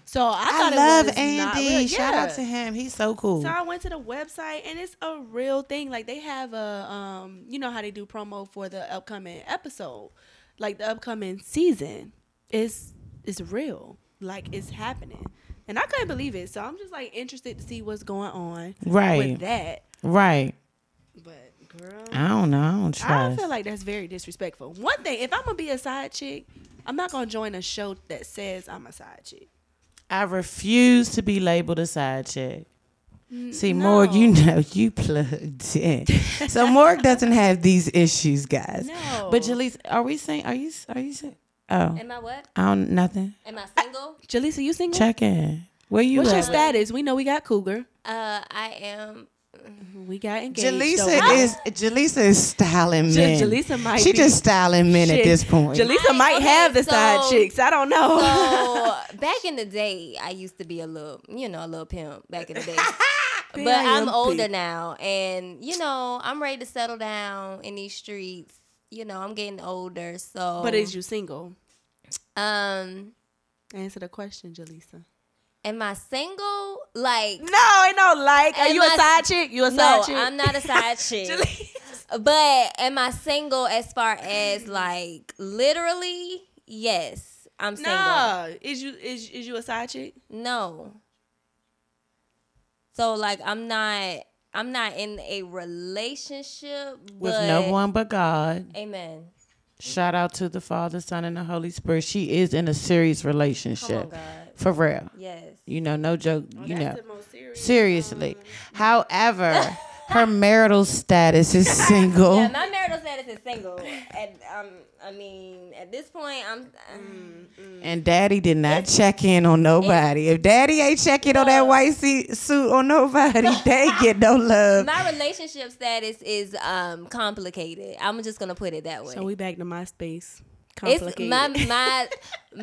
So I,
I,
thought it
love
was not
Andy.
real.
Shout out
Yeah.
to him. He's so cool.
So I went to the website, and it's a real thing. Like they have a um, you know how they do promo for the upcoming episode, like the upcoming season. It's it's real. Like it's happening, and I couldn't believe it. So I'm just like interested to see what's going on
Right.
with that.
Right.
But girl.
I don't know. I don't
I
trust.
feel like that's very disrespectful. One thing, if I'm gonna be a side chick, I'm not gonna join a show that says I'm a side chick.
I refuse to be labeled a side chick. See, Morg, you know you plugged in. so Morg doesn't have these issues, guys.
No.
But Jaleese, are we saying? Are you? Are you saying? Oh,
Am I what?
I don't. Nothing.
Am I single?
Jaleesa, you single?
Check in. Where you
What's your
at?
status? We know we got cougar.
Uh, I am.
We got engaged.
Jaleesa is Jaleesa is styling men.
Jaleesa might
she
be-
just styling men at this point.
Jaleesa
I-
might
okay,
have the side
so-
chicks. I don't know.
So Oh, back in the day, I used to be a little, you know, a little pimp back in the day. but I'm
Pimp.
older now, and you know, I'm ready to settle down in these streets. You know, I'm getting older, so.
but is you single?
Um,
Answer the question, Jaleesa.
Am I single? Like
No, ain't no like. Are
Am
you a
I-
side chick? You a side
no,
chick?
I'm not a side chick.
Jalea-
but am I single as far as like literally? Yes, I'm single. No.
No, is you is is you a side chick?
So like I'm not I'm not in a relationship
With
but-
no one but God.
Amen.
Shout out to the Father, Son, and the Holy Spirit. She is in a serious
Come on,
relationship.
God.
For real.
Yes.
You know, no joke. you know.
Oh, most serious. Mm-hmm.
Seriously. However, her marital status is single.
Yeah, my marital status is single. At, um, I mean, at this point, I'm. Um,
And daddy did not check in on nobody. If daddy ain't checking on that white se- suit on nobody, they get no love.
my relationship status is um complicated. I'm just gonna put it that way.
So we back to MySpace.
it's
Complicated.
my my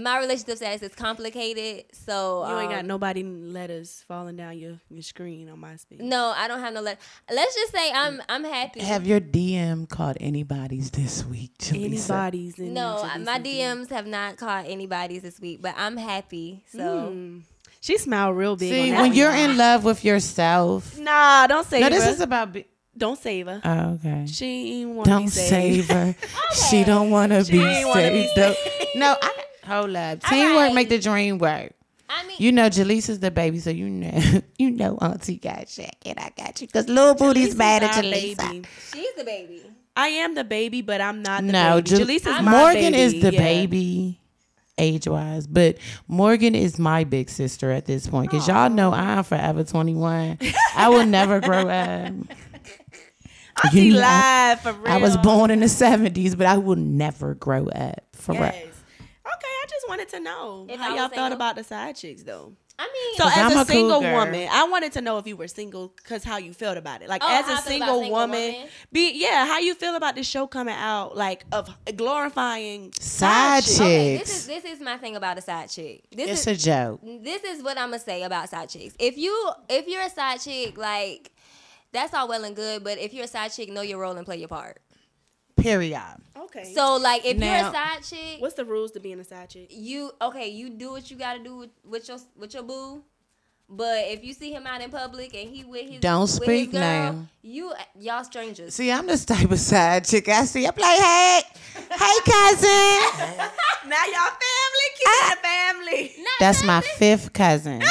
my relationship status is complicated. So
you ain't
um,
got nobody letters falling down your, your screen on MySpace.
No, I don't have no let. Let's just say I'm I'm happy.
Have your DM caught anybody's this week, Jaleesa?
Anybody's in
no, uh,
there, Jaleesa
my
D.
DMs have not caught anybody's this week, but I'm happy. So
Mm. She smiled real big.
See,
on that
when
one.
you're in love with yourself.
nah, don't save
No,
her.
this is about. Be-
don't save her.
oh, okay.
She ain't want
Don't
be saved.
save her. She don't want to be
ain't wanna be
saved. though. No, I, hold up. Teamwork
right.
make the dream work.
I mean,
You know, Jaleesa's the baby, so you know, you know, Auntie got Shaq and I got you, cause little booty's bad at
Our
Jaleesa.
baby.
she's the baby.
I am the baby, but I'm not the
No,
baby.
Jal-
Jaleesa's my
Morgan
baby,
is the
yeah.
baby age wise, but Morgan is my big sister at this point because y'all know I'm forever 21. I will never grow up.
She
know, I,
lied for real.
I was born in the 70s, but I will never grow up for
Yes.
real.
Okay, I just wanted to know
If I
how
was
y'all thought
single?
about the side chicks though.
I mean,
So as
I'm
a,
a
single
cougar.
woman, I wanted to know if you were single because how you felt about it. Like
Oh,
as
how
a
I feel
single,
about single
woman,
woman?
be yeah, how you feel about this show coming out, like of glorifying
Side chicks.
okay, this is this is my thing about a side chick. This
It's
is
a joke.
this is what I'm gonna say about side chicks. If you if you're a side chick, like that's all well and good, but if you're a side chick, know your role and play your part.
Period.
Okay. So
So like if you're
Now-
a side chick,
what's the rules to being a side chick?
you okay, you do what you gotta do with, with your with your boo. But if you see him out in public and he with his
Don't
with his
speak
girl,
now.
You y'all strangers.
See, I'm this type of side chick. I see. I'm like, hey, hey, cousin.
Now y'all family, keep it the family.
Not
That's
that-
my fifth cousin.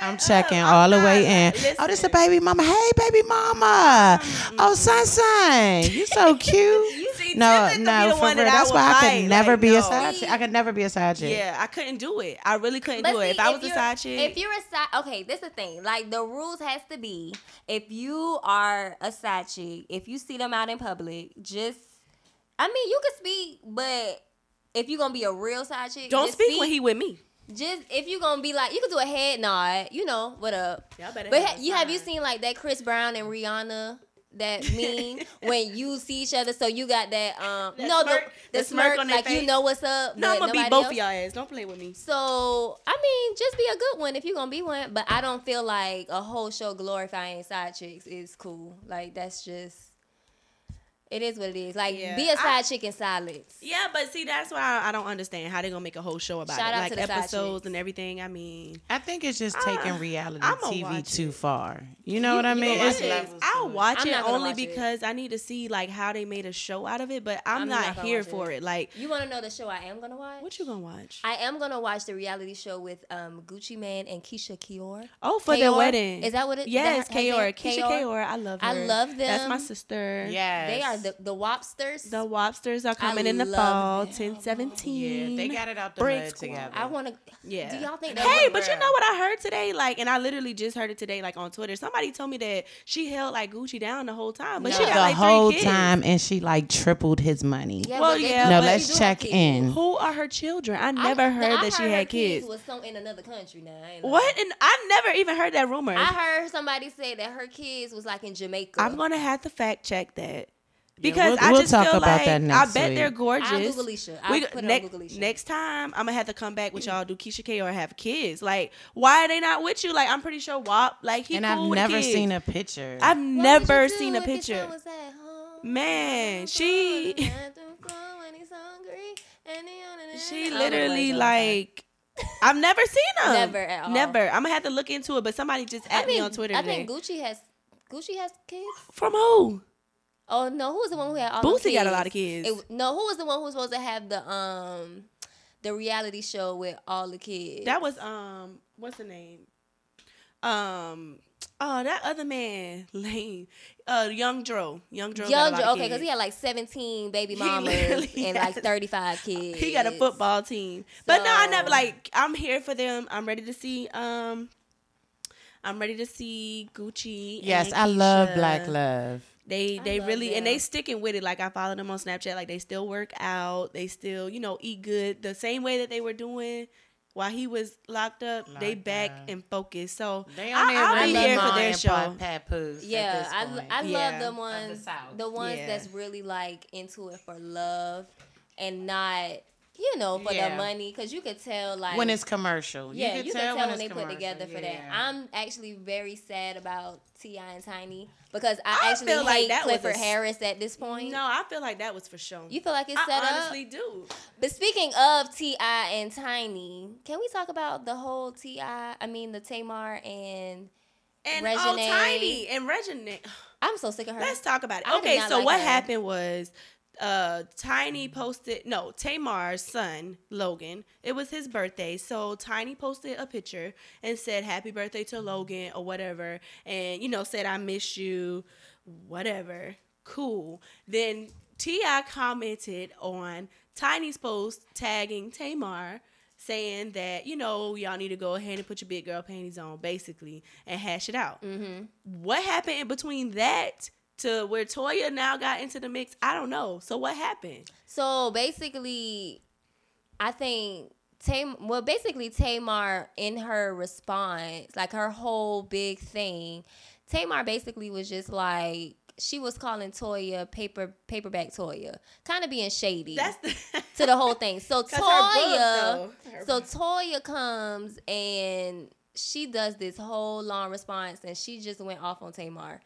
I'm checking all the way in. Oh, this a baby mama. Hey, baby mama. Oh, son, son, you so cute.
see,
no,
Tiffany gonna be
no,
the
for
one
real.
that I
That's
would
why I
fight.
could never
Like,
be
no.
a side chick. I could never be a side chick.
Yeah, I couldn't do it. I really couldn't
But
do it.
see,
If I was a
you're-
side chick,
If you're a side, okay, this is the thing. Like the rules has to be if you are a side chick, if you see them out in public, just I mean you could speak, but if you're gonna be a real side chick,
don't
just
speak when he with me.
just if you're gonna be like you could do a head nod, you know what up.
Y'all better
But
have
ha-
a
you have you
sign.
seen like that Chris Brown and Rihanna? That mean when you see each other, so you got that um no
smirk-
the, the,
the smirk
smirk,
on their
like you
face.
know what's up.
No, I'm
but
gonna beat
nobody
both
else.
of y'all ass. Don't play with me.
So I mean, just be a good one if you're gonna be one. But I don't feel like a whole show glorifying side chicks is cool. Like that's just it is what it is. Like
Yeah,
be a
I-
side chick in silence.
Yeah, but see, that's why I, I don't understand how they gonna make a whole show about
Shout
it,
out
like
to the side
episodes
chicks.
and everything. I mean,
I think it's just taking reality
I'ma
TV
watch
too far. You know what I mean?
gonna
It's
watch it.
I'll watch
I'm
it
not gonna
only
watch it.
because I need to see like how they made a show out of it. But I'm,
I'm not
not,
gonna
here
watch it.
for it. Like,
You wanna know the show I am gonna watch?
what you gonna watch?
I am gonna watch the reality show with um, Gucci Man and Keisha Kior.
Oh, for their
Kaor?
wedding.
Is that what it- that-
Yes,
her name?
Kaor, Keisha
Kaor?
Kaor. I love. Her.
I love
That's my
them.
sister.
Yes.
They are the the Wobsters.
The Wobsters are coming in the
love
fall.
them.
Ten seventeen.
Yeah, they got it out the
Brick
mud
squad.
together.
I wanna.
Yeah.
Do y'all think? that
Hey,
would-
but you know what I heard today? Like, and I literally just heard it today, like on Twitter. Somebody told me that she held like Gucci down the whole time, but she got
the
like
whole
three kids.
time, and she like tripled his money.
Yeah,
Well,
but they
yeah,
do-
No,
but-
they
let's
do have
check
kids.
in.
Who are her children? I
I-
never heard
I
that she
heard her
had kids.
Was some in another country now. I ain't lying.
What? And I never even heard that rumor.
I heard somebody say that her kids was like in Jamaica.
I'm gonna have to fact check that
we'll-
because
we'll
I just
talk
feel
about
like
that next
I bet
week.
they're gorgeous.
I'll Google Alicia. I'll
We-
put it on
next-
Google Alicia.
Next time, I'm gonna have to come back with y'all. Do Keisha K or have kids? Like, why are they not with you? Like, I'm pretty sure WAP. Like, he
and
cool
I've
with
never
kids.
seen a picture.
I've
What would you
never
do
seen a
if your son
picture.
was at home?
Man,
Alone
she-
in the bathroom floor when he's hungry and he on and
She
on and on.
literally
Oh, wait,
like I've never seen them.
Never at all.
Never. I'm gonna have to look into it. But somebody just at
I think,
me on Twitter.
I
today.
think Gucci has Gucci has kids.
From who?
Oh no, who was the one who had all the
Boosie
kids?
got a lot of kids.
It- no, who was the one who was supposed to have the um the reality show with all the kids?
That was um, what's the name? Um, oh, that other man, Lane, uh, Young Dro, Young Dro, got a
Young
lot of
Dro- okay, because
kids.
he had like 17 baby
He
mamas
literally
and like
has-
35 kids.
He got a football team. But no, I never
So-
like I'm here for them. I'm ready to see um I'm ready to see Gucci.
Yes,
and
I love
Keisha.
Black Love.
They
I
they
love
really and they
them.
sticking with it. Like I follow them on Snapchat. Like they still work out. They still you know eat good the same way that they were doing while he was locked up. they
Locked
back
up.
and focused. So
They
I, I'll be here for their show.
Papoose
Yeah, I, l- I
Yeah,
love
of
the
the
ones
South.
the ones
Yeah.
that's really like into it for love and not you know for
Yeah.
the money because you could tell like
when it's commercial.
yeah you,
you
could tell, when,
it's
they put
commercial,
together for that.
yeah.
I'm actually very sad about Ti and Tiny because I,
I
actually
feel like
hate
that was a
Clifford
s-
Harris at this point.
No, I feel like that was for show.
you feel like it's set
I
up.
honestly do.
But speaking of Ti and Tiny, can we talk about the whole Ti? I mean the Tamar and
And oh,
Regine.
tiny and Regine.
I'm so sick of her.
Let's talk about it.
I did
Okay,
not
so
like
what
her.
happened was uh Tiny posted no, Tamar's son, Logan. It was his birthday. So Tiny posted a picture and said happy birthday to Logan or whatever and you know said I miss you whatever. Cool. Then T.I. commented on Tiny's post tagging Tamar saying that, you know, y'all need to go ahead and put your big girl panties on basically and hash it out
Mm-hmm.
what happened in between that to where Toya now got into the mix? I don't know. So what happened?
So basically, I think Tam. Well, basically Tamar in her response, like her whole big thing, Tamar basically was just like she was calling Toya paper paperback Toya, kind of being shady
That's the
to the whole thing. So
'Cause her
Toya,
book, though. Her
so
book.
Toya comes and she does this whole long response, and she just went off on Tamar.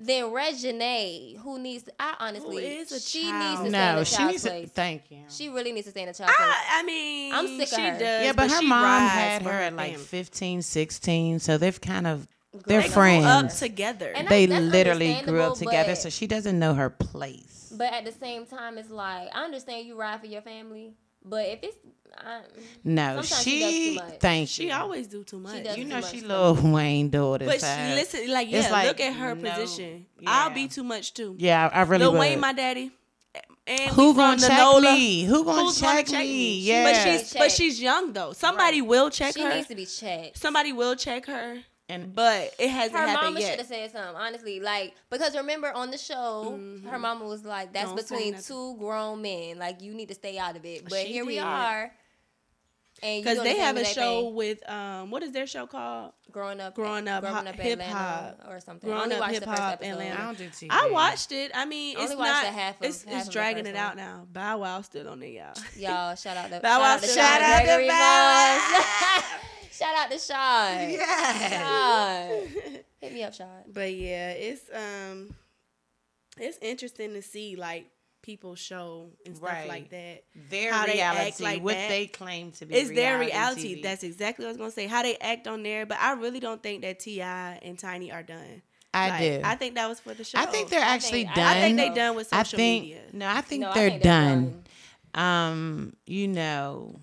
Then Regine, who needs, I honestly,
is a
she
child.
needs to stay in
no,
the
she
child's
needs to.
place.
Thank you.
She really needs to stay in the child place.
I, I mean,
I'm sick of
she
her.
Does,
yeah, but her
she
mom
rides
had
for
her at like
family.
15, 16, so they've kind of
They
they're
grew
They grew up
friends.
together.
And I-
They
That's
literally grew up
understandable,
together,
but-
so she doesn't know her place.
But at the same time, it's like I understand you ride for your family, but if it's I,
No,
Sometimes she does
she.
too much.
Thank
she
you.
always do too much.
does
You
too
know
much
she
for
little Wayne daughter.
but she,
type.
listen, like
It's
yeah,
like,
look at her
no,
position. I'll
yeah.
be too much too.
Yeah, I I really
Lil
would.
Wayne, my daddy. And we
Who
from
gonna check
Nola.
me? Who gonna
Who's
check,
gonna check
me?
She-
Yeah,
but she's but
Check.
she's young though. Somebody will check
she
her.
needs to be checked.
Somebody will check her,
And-
but it hasn't
her
happened
mama
yet.
should have said something honestly like because remember on the show her mama was like that's
Mm-hmm. Don't say
between
nothing.
two grown men like you need to stay out of it but
She
here we
did.
are and
Because they have a show
thing.
with um, what is their show called?
growing up
Growing Up Hop- Hip
Atlanta
Hop.
or something
Growing
Only
Up
watched
Hip
the first
Hop
episode.
Atlanta.
I don't do TV.
I watched it. I mean,
Only
it's
watched
not.
the half of-
it's
half
it's
of the
dragging
first
it
one.
out now. Bow Wow still on there, y'all.
y'all shout out to
Bow
shout
Wow
out to
shout
Sean
out to
Gregory
Bow
Boss. shout out to Sean Sean. hit me up Sean
But yeah, it's um, it's interesting to see like people show and stuff
Right.
like that.
Their
How they act
reality,
like
what
that.
they claim to be,
It's their reality.
TV.
That's exactly what I was gonna say. How they act on there, but I really don't think that Ti and Tiny are done.
I
Like,
do.
I think that was for the show.
I think they're actually
think-
done.
I
I think they
No.
done with
I
social
think-
media.
no, I think
No, I
they're
think they're
done. Um, you know,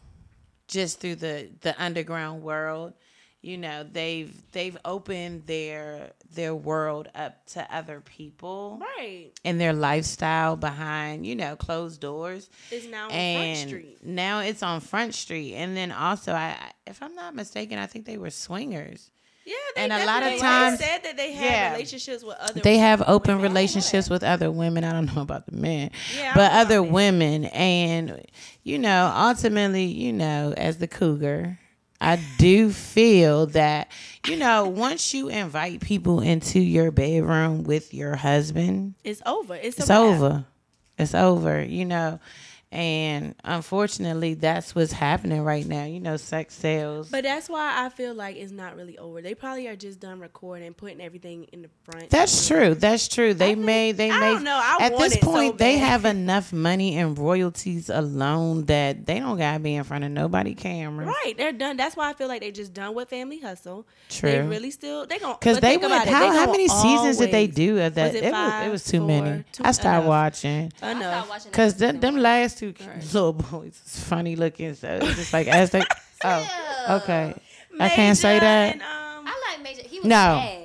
just through the the underground world, you know, they've they've opened their their world up to other people
Right.
and their lifestyle behind, you know, closed doors.
It's now on
and
Front Street.
now it's on Front Street, and then also, I I- if I'm not mistaken, I think they were swingers.
Yeah, they
And a lot of
definitely-
times-
they said that they had
yeah.
relationships with other.
They have open
women.
relationships with other women. I don't know about the men,
Yeah, I
but
don't know
other
about men.
women, and you know, ultimately, you know, as the cougar. I do feel that, you know, once you invite people into your bedroom with your husband,
It's over. It's, a
it's
wrap.
over. It's over, you know. And unfortunately, that's what's happening right now. You know, sex sales.
But that's why I feel like it's not really over. They probably are just done recording, putting everything in the front.
That's true. That's true. They made they
I
make
don't know. I
at
want
this
it so
point they
bad.
have enough money and royalties alone that they don't gotta be in front of nobody camera.
right. They're done. That's why I feel like they just done with Family Hustle. They
True.
really still they gonna
Cause
but
they
think
went
about it.
how,
They
how
gonna
many seasons did they
always-
do of that?
Was it,
was,
five,
it was too
four,
many.
two-
I started
enough.
watching.
Enough.
Cause them, them last two little boys is funny looking. So it's just like as they oh okay. I can't say
Major
that.
and, um,
I like Major. He was
No.
bad.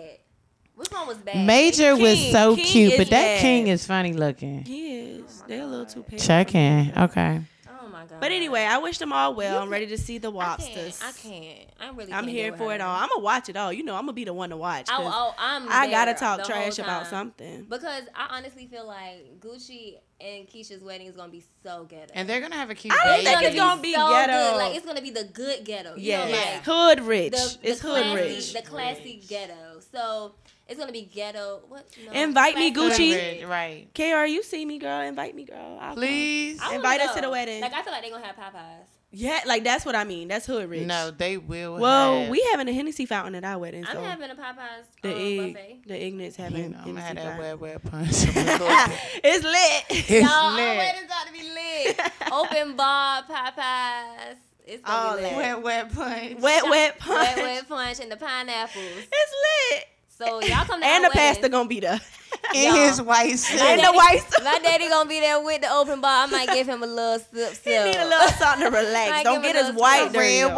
Which one was bad?
Major was
King.
so
King
cute,
is
but that
bad.
king is funny looking.
he is. They're a little too petty.
Check in. Okay.
Oh my god.
But anyway, I wish them all well. I'm ready to see the
I
Wobsters.
can't. I can't. I'm really.
I'm
can't
here
deal
for
with
it
her.
all. I'm gonna watch it all. You know, I'm gonna be the one to watch. 'cause
Oh, oh, I'm.
I gotta
there
talk
the whole
trash about
time.
something.
Because I honestly feel like Gucci and Keisha's wedding is gonna be so ghetto.
And they're gonna have a cute
I don't
It's
think
gonna
it's gonna be
so
ghetto.
Good. Like it's gonna be the good ghetto. You
yeah,
know, like,
hood rich.
the, the
it's hood
classy,
rich.
The classy ghetto. So it's gonna be ghetto. What? No,
Invite me,
classy.
Gucci.
Right.
KR, you see me, girl. Invite me, girl. I'll come.
I wanna
Invite us to
go.
the wedding.
Like I feel like they're gonna have Popeyes.
Yeah, like that's what I mean. That's hood rich.
No, they will.
Well,
have,
we having a Hennessy fountain at our wedding.
I'm
So
having a Popeyes
the
um,
egg,
buffet.
the ignorance
You
having
know, I'm gonna have
Hennessy
that
fountain.
web web punch. it's
It's lit.
Y'all, our
lit.
wedding's got to be lit. Open bar, Popeyes. It's gonna
All
be
that.
lit.
Web web punch.
wet, wet punch.
Wet, wet punch and the pineapples.
It's lit.
So Oh, y'all come to
and
our
the pastor
wedding.
gonna be there.
In
Y'all.
his white
My
suit.
and the
daddy-
white.
My daddy gonna be there with the open bar. I might give him a little sip. sip.
He need a little something to relax.
Might
Don't get
give him a
his
little
white
twist.
dirty.
Red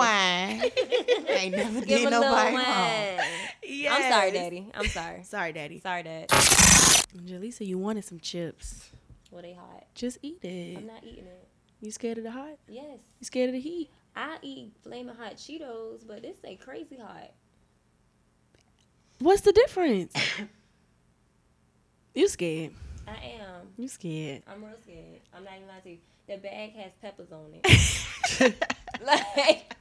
wine. Ain't never
Give
did
him a little
nobody wrong.
wine. I'm sorry, daddy. I'm sorry.
Sorry, daddy.
Sorry, dad.
Jaleesa, you wanted some chips.
Well, they hot.
Just eat
I'm
it.
not eating it.
You scared of the hot?
Yes,
You scared of the heat?
I eat flaming hot Cheetos, but this ain't crazy hot.
What's the difference? you scared.
I am.
You scared.
I'm real scared. I'm not even lying to you. The bag has peppers on it. like,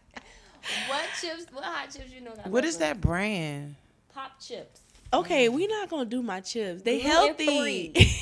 what chips? What hot chips you know? Got
What is
peppers?
that brand?
Pop chips.
Okay, we not gonna do my chips. They
Gluten-free.
healthy.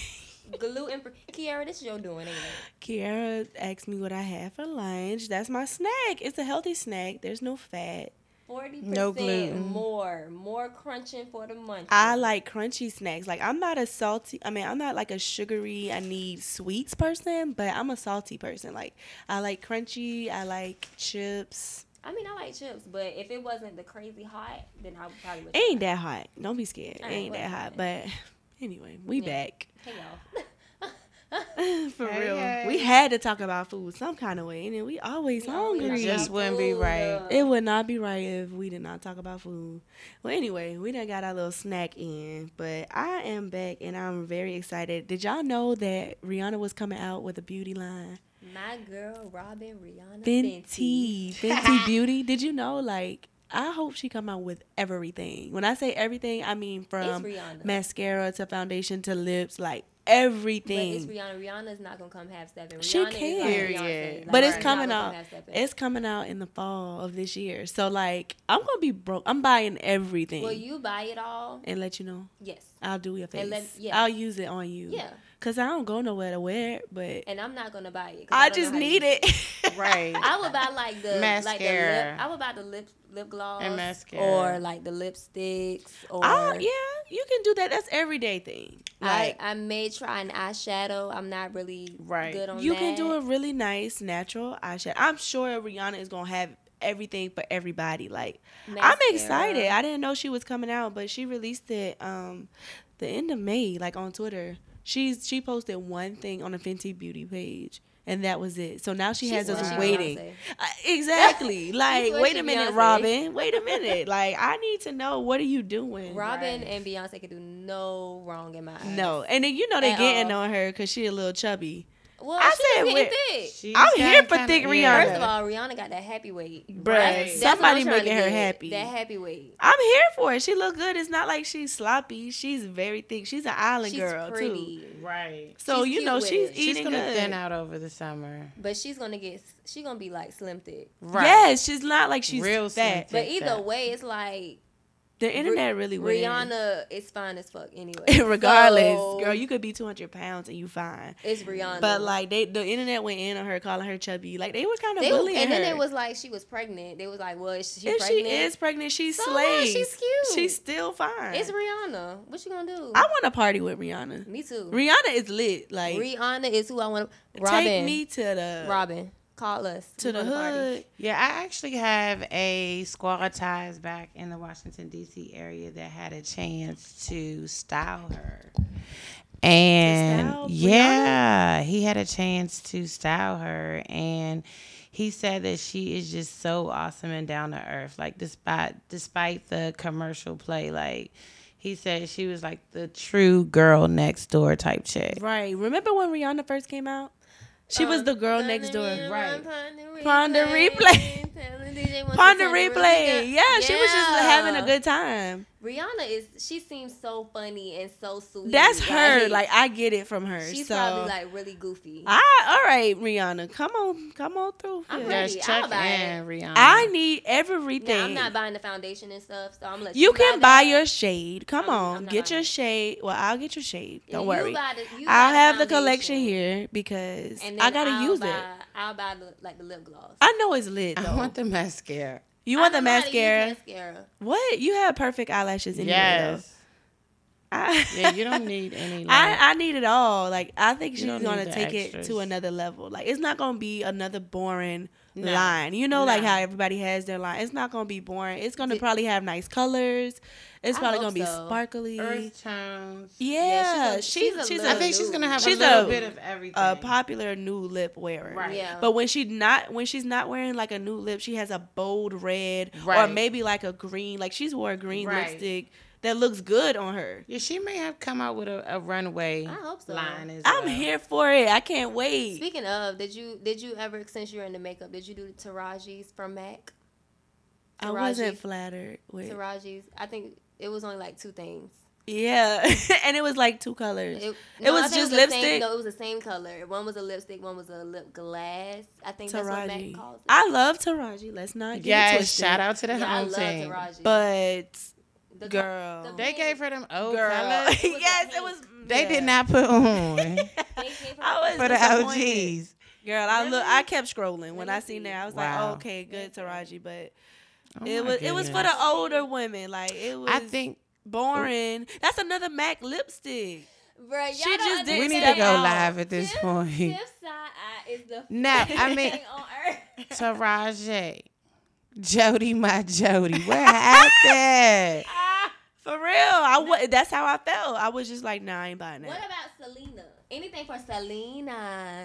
Gluten free. Kiara, this is your doing. Ain't it?
Kiara asked me what I had for lunch. That's my snack. It's a healthy snack. There's no fat.
Forty
No gluten.
percent more, more crunching for the munch.
I like crunchy snacks. Like I'm not a salty. I mean, I'm not like a sugary. I need sweets person, but I'm a salty person. Like I like crunchy. I like chips.
I mean, I like chips, but if it wasn't the crazy hot, then I probably would.
It ain't that hot. Don't be scared. It
Alright,
ain't that hot. But anyway, we back
Hey y'all.
for real. We had to talk about food some kind of way, and then we always hungry.
Just wouldn't be right.
It would not be right if we did not talk about food. Well, anyway, we done got our little snack in, but I am back and I'm very excited. Did y'all know that Rihanna was coming out with a beauty line?
My girl Robin Rihanna Fenty.
Fenty, Fenty Beauty. Did you know? Like, I hope she come out with everything. When I say everything, I mean from
Rihanna.
mascara to foundation to lips, like
But it's
everything. But it's,
Rihanna. Rihanna's not gonna come half stepping.
She
Rihanna
can.
Is like
Period.
Beyonce. Like,
But
Rihanna's not
coming
gonna come
out.
half-stepping.
It's coming out in the fall of this year. So like, I'm gonna be broke. I'm buying everything.
Will you buy it all?
and let you know.
Yes.
I'll do your face.
And let- yeah.
I'll use it on you.
Yeah.
Cause I don't go nowhere to wear it, but
And I'm not gonna buy it. 'cause
I,
don't know
just
how to
need
use
it.
Right.
I would buy like the Like the
Mascara.
lip, I would buy the lip lip gloss
And mascara.
or like the lipsticks or
I, Ah, yeah, you can do that. That's everyday thing.
I,
Like
I may try an eyeshadow. I'm not really
Right.
good on
you
that.
can do a really nice natural eyeshadow. I'm sure Rihanna is gonna have everything for everybody. Like I'm
Mascara.
excited. I didn't know she was coming out, but she released it um the end of May, like on Twitter. She's she posted one thing on the Fenty Beauty page. And that was it. So now she
She's
has us
doing
waiting.
Beyonce.
Uh, exactly. Like,
doing
wait
she
a minute,
Beyonce.
Robin. Wait a minute. Like, I need to know what are you doing?
Robin and Beyonce could do no wrong in my eyes.
No. And then you know they
At
getting
all.
on her because she a little chubby.
Well,
I
she
said
was getting
we're-
thick.
She's
I'm here
gotten
for
kinda-
thick
yeah.
Rihanna.
First of all, Rihanna got that happy weight.
Bruh,
That's what
somebody
I'm trying to
making her
get,
happy.
That happy weight.
I'm here for it. She look good. It's not like she's sloppy. She's very thick. She's an island
She's
girl too.
pretty,
Right.
So
She's
you
cute
know
with
she's
it.
eating
She's gonna
good.
thin out over the summer.
but she's gonna get. She gonna be like slim thick.
Right.
Yes, she's not like she's
Real
fat.
slim.
But
Thick
either
fat.
way, it's like
The internet really weird.
Rihanna is fine as fuck anyway.
Regardless,
So,
girl, you could be 200 pounds and you fine.
it's Rihanna.
But like they, the internet went in on her, calling her chubby. Like they were kind of
They-
bullying
and
her.
then it was like she was pregnant. They was like, "Well, is she
if
pregnant?"
she is pregnant, she's
So what?
slays.
She's cute.
She's still fine.
It's Rihanna. What you gonna do?
I want to party with Rihanna.
me too.
Rihanna is lit. Like
Rihanna is who I want. to Robin,
take me to the
Robin, call us
to
We
the
wanna party.
hood.
Yeah, I actually have a squad ties back in the Washington D.C. area that had a chance to style her, and
style Brianna?
yeah, he had a chance to style her, and he said that she is just so awesome and down to earth. Like despite despite the commercial play, like he said she was like the true girl next door type chick.
Right. Remember when Rihanna first came out? She
Uh,
was the girl next door.
Right.
Ponder replay. Ponder replay. Yeah, she was just having a good time.
Rihanna is. She seems so funny and so sweet.
That's
Like,
her. Like I get it from her.
she's
so
probably like really goofy.
I all right, Rihanna. Come on, come on through.
I'm
here.
ready.
There's
I'll
Chuck
buy it.
and Rihanna.
I need
now,
everything.
I'm not buying the foundation and stuff, so I'm like,
you can buy
that.
your shade. Come
I'm-
on,
I'm not
get
buying
your
it.
shade. Well, I'll get your shade.
Yeah,
Don't
you
worry.
buy the- you buy
I'll
the
have the collection
foundation.
here because
And
I
then
gotta
I'll
use
buy,
it.
I'll buy the, like the lip gloss.
I know it's lit though.
I want the mascara.
you want the
don't know how to use
mascara?
mascara.
What? You have perfect eyelashes anyway. Yes.
Yes.
I,
Yeah, you don't need any. like-
I, I need it all. Like I think she's
don't need
gonna
the
take it
extras.
to another level. Like it's not gonna be another boring
No.
line. You know, like
No.
how everybody has their line. It's not gonna be boring. It's gonna probably have nice colors. It's
I
probably
hope
gonna be
so.
sparkly.
Earth tones.
yeah,
she's a-
she's
she's
she's, a,
a little
I think she's gonna have
She's
a little
a-
bit of everything.
a popular new lip wearer.
Right.
Yeah.
But when she not when she's not wearing like a new lip, she has a bold red
Right.
or maybe like a green. Like she's wore a green
Right.
lipstick that looks good on her.
yeah, she may have come out with a, a runway
I hope so.
line as
I'm
well.
here for it. I can't wait.
Speaking of, did you did you ever since you were in the makeup, did you do the Taraji's from Mac?
I
Taraji.
wasn't flattered with.
Taraji's. I think it was only like two things.
Yeah, and it was like two colors. It,
no, I
was
think
just
the
lipstick.
Same, no, it was the same color. One was a lipstick, one was a lip glass. I think that's what Mac
Taraji.
calls it.
I love Taraji. Let's not get it
Yes,
twisted.
shout out to the
yeah, I
home
love
team.
Taraji.
But
The-
girl.
the
They
pink-
gave her them old
girl,
colors.
yes, it was.
They
yeah.
did not put on
they gave her
I
the
was
for the
disappointed.
OGs.
Girl, I look. I kept scrolling when
Let me
I seen
see.
that. I was
Wow.
like, okay, good Taraji, but
Oh
it
my
was it was for the
goodness.
older women. Like it was.
I think
boring. That's another Mac lipstick.
Bruh, y'all
She
don't
just didn't
we need to
step
go
out.
live at this
Tiff-
point.
Tiff's side eye is the
No,
funniest
I mean-
thing on earth.
Taraji, Jody, my Jody, where at that?
For real, I wa- That's how I felt. I was just like, nah, I ain't buying
What
that.
about Selena? Anything for Selena?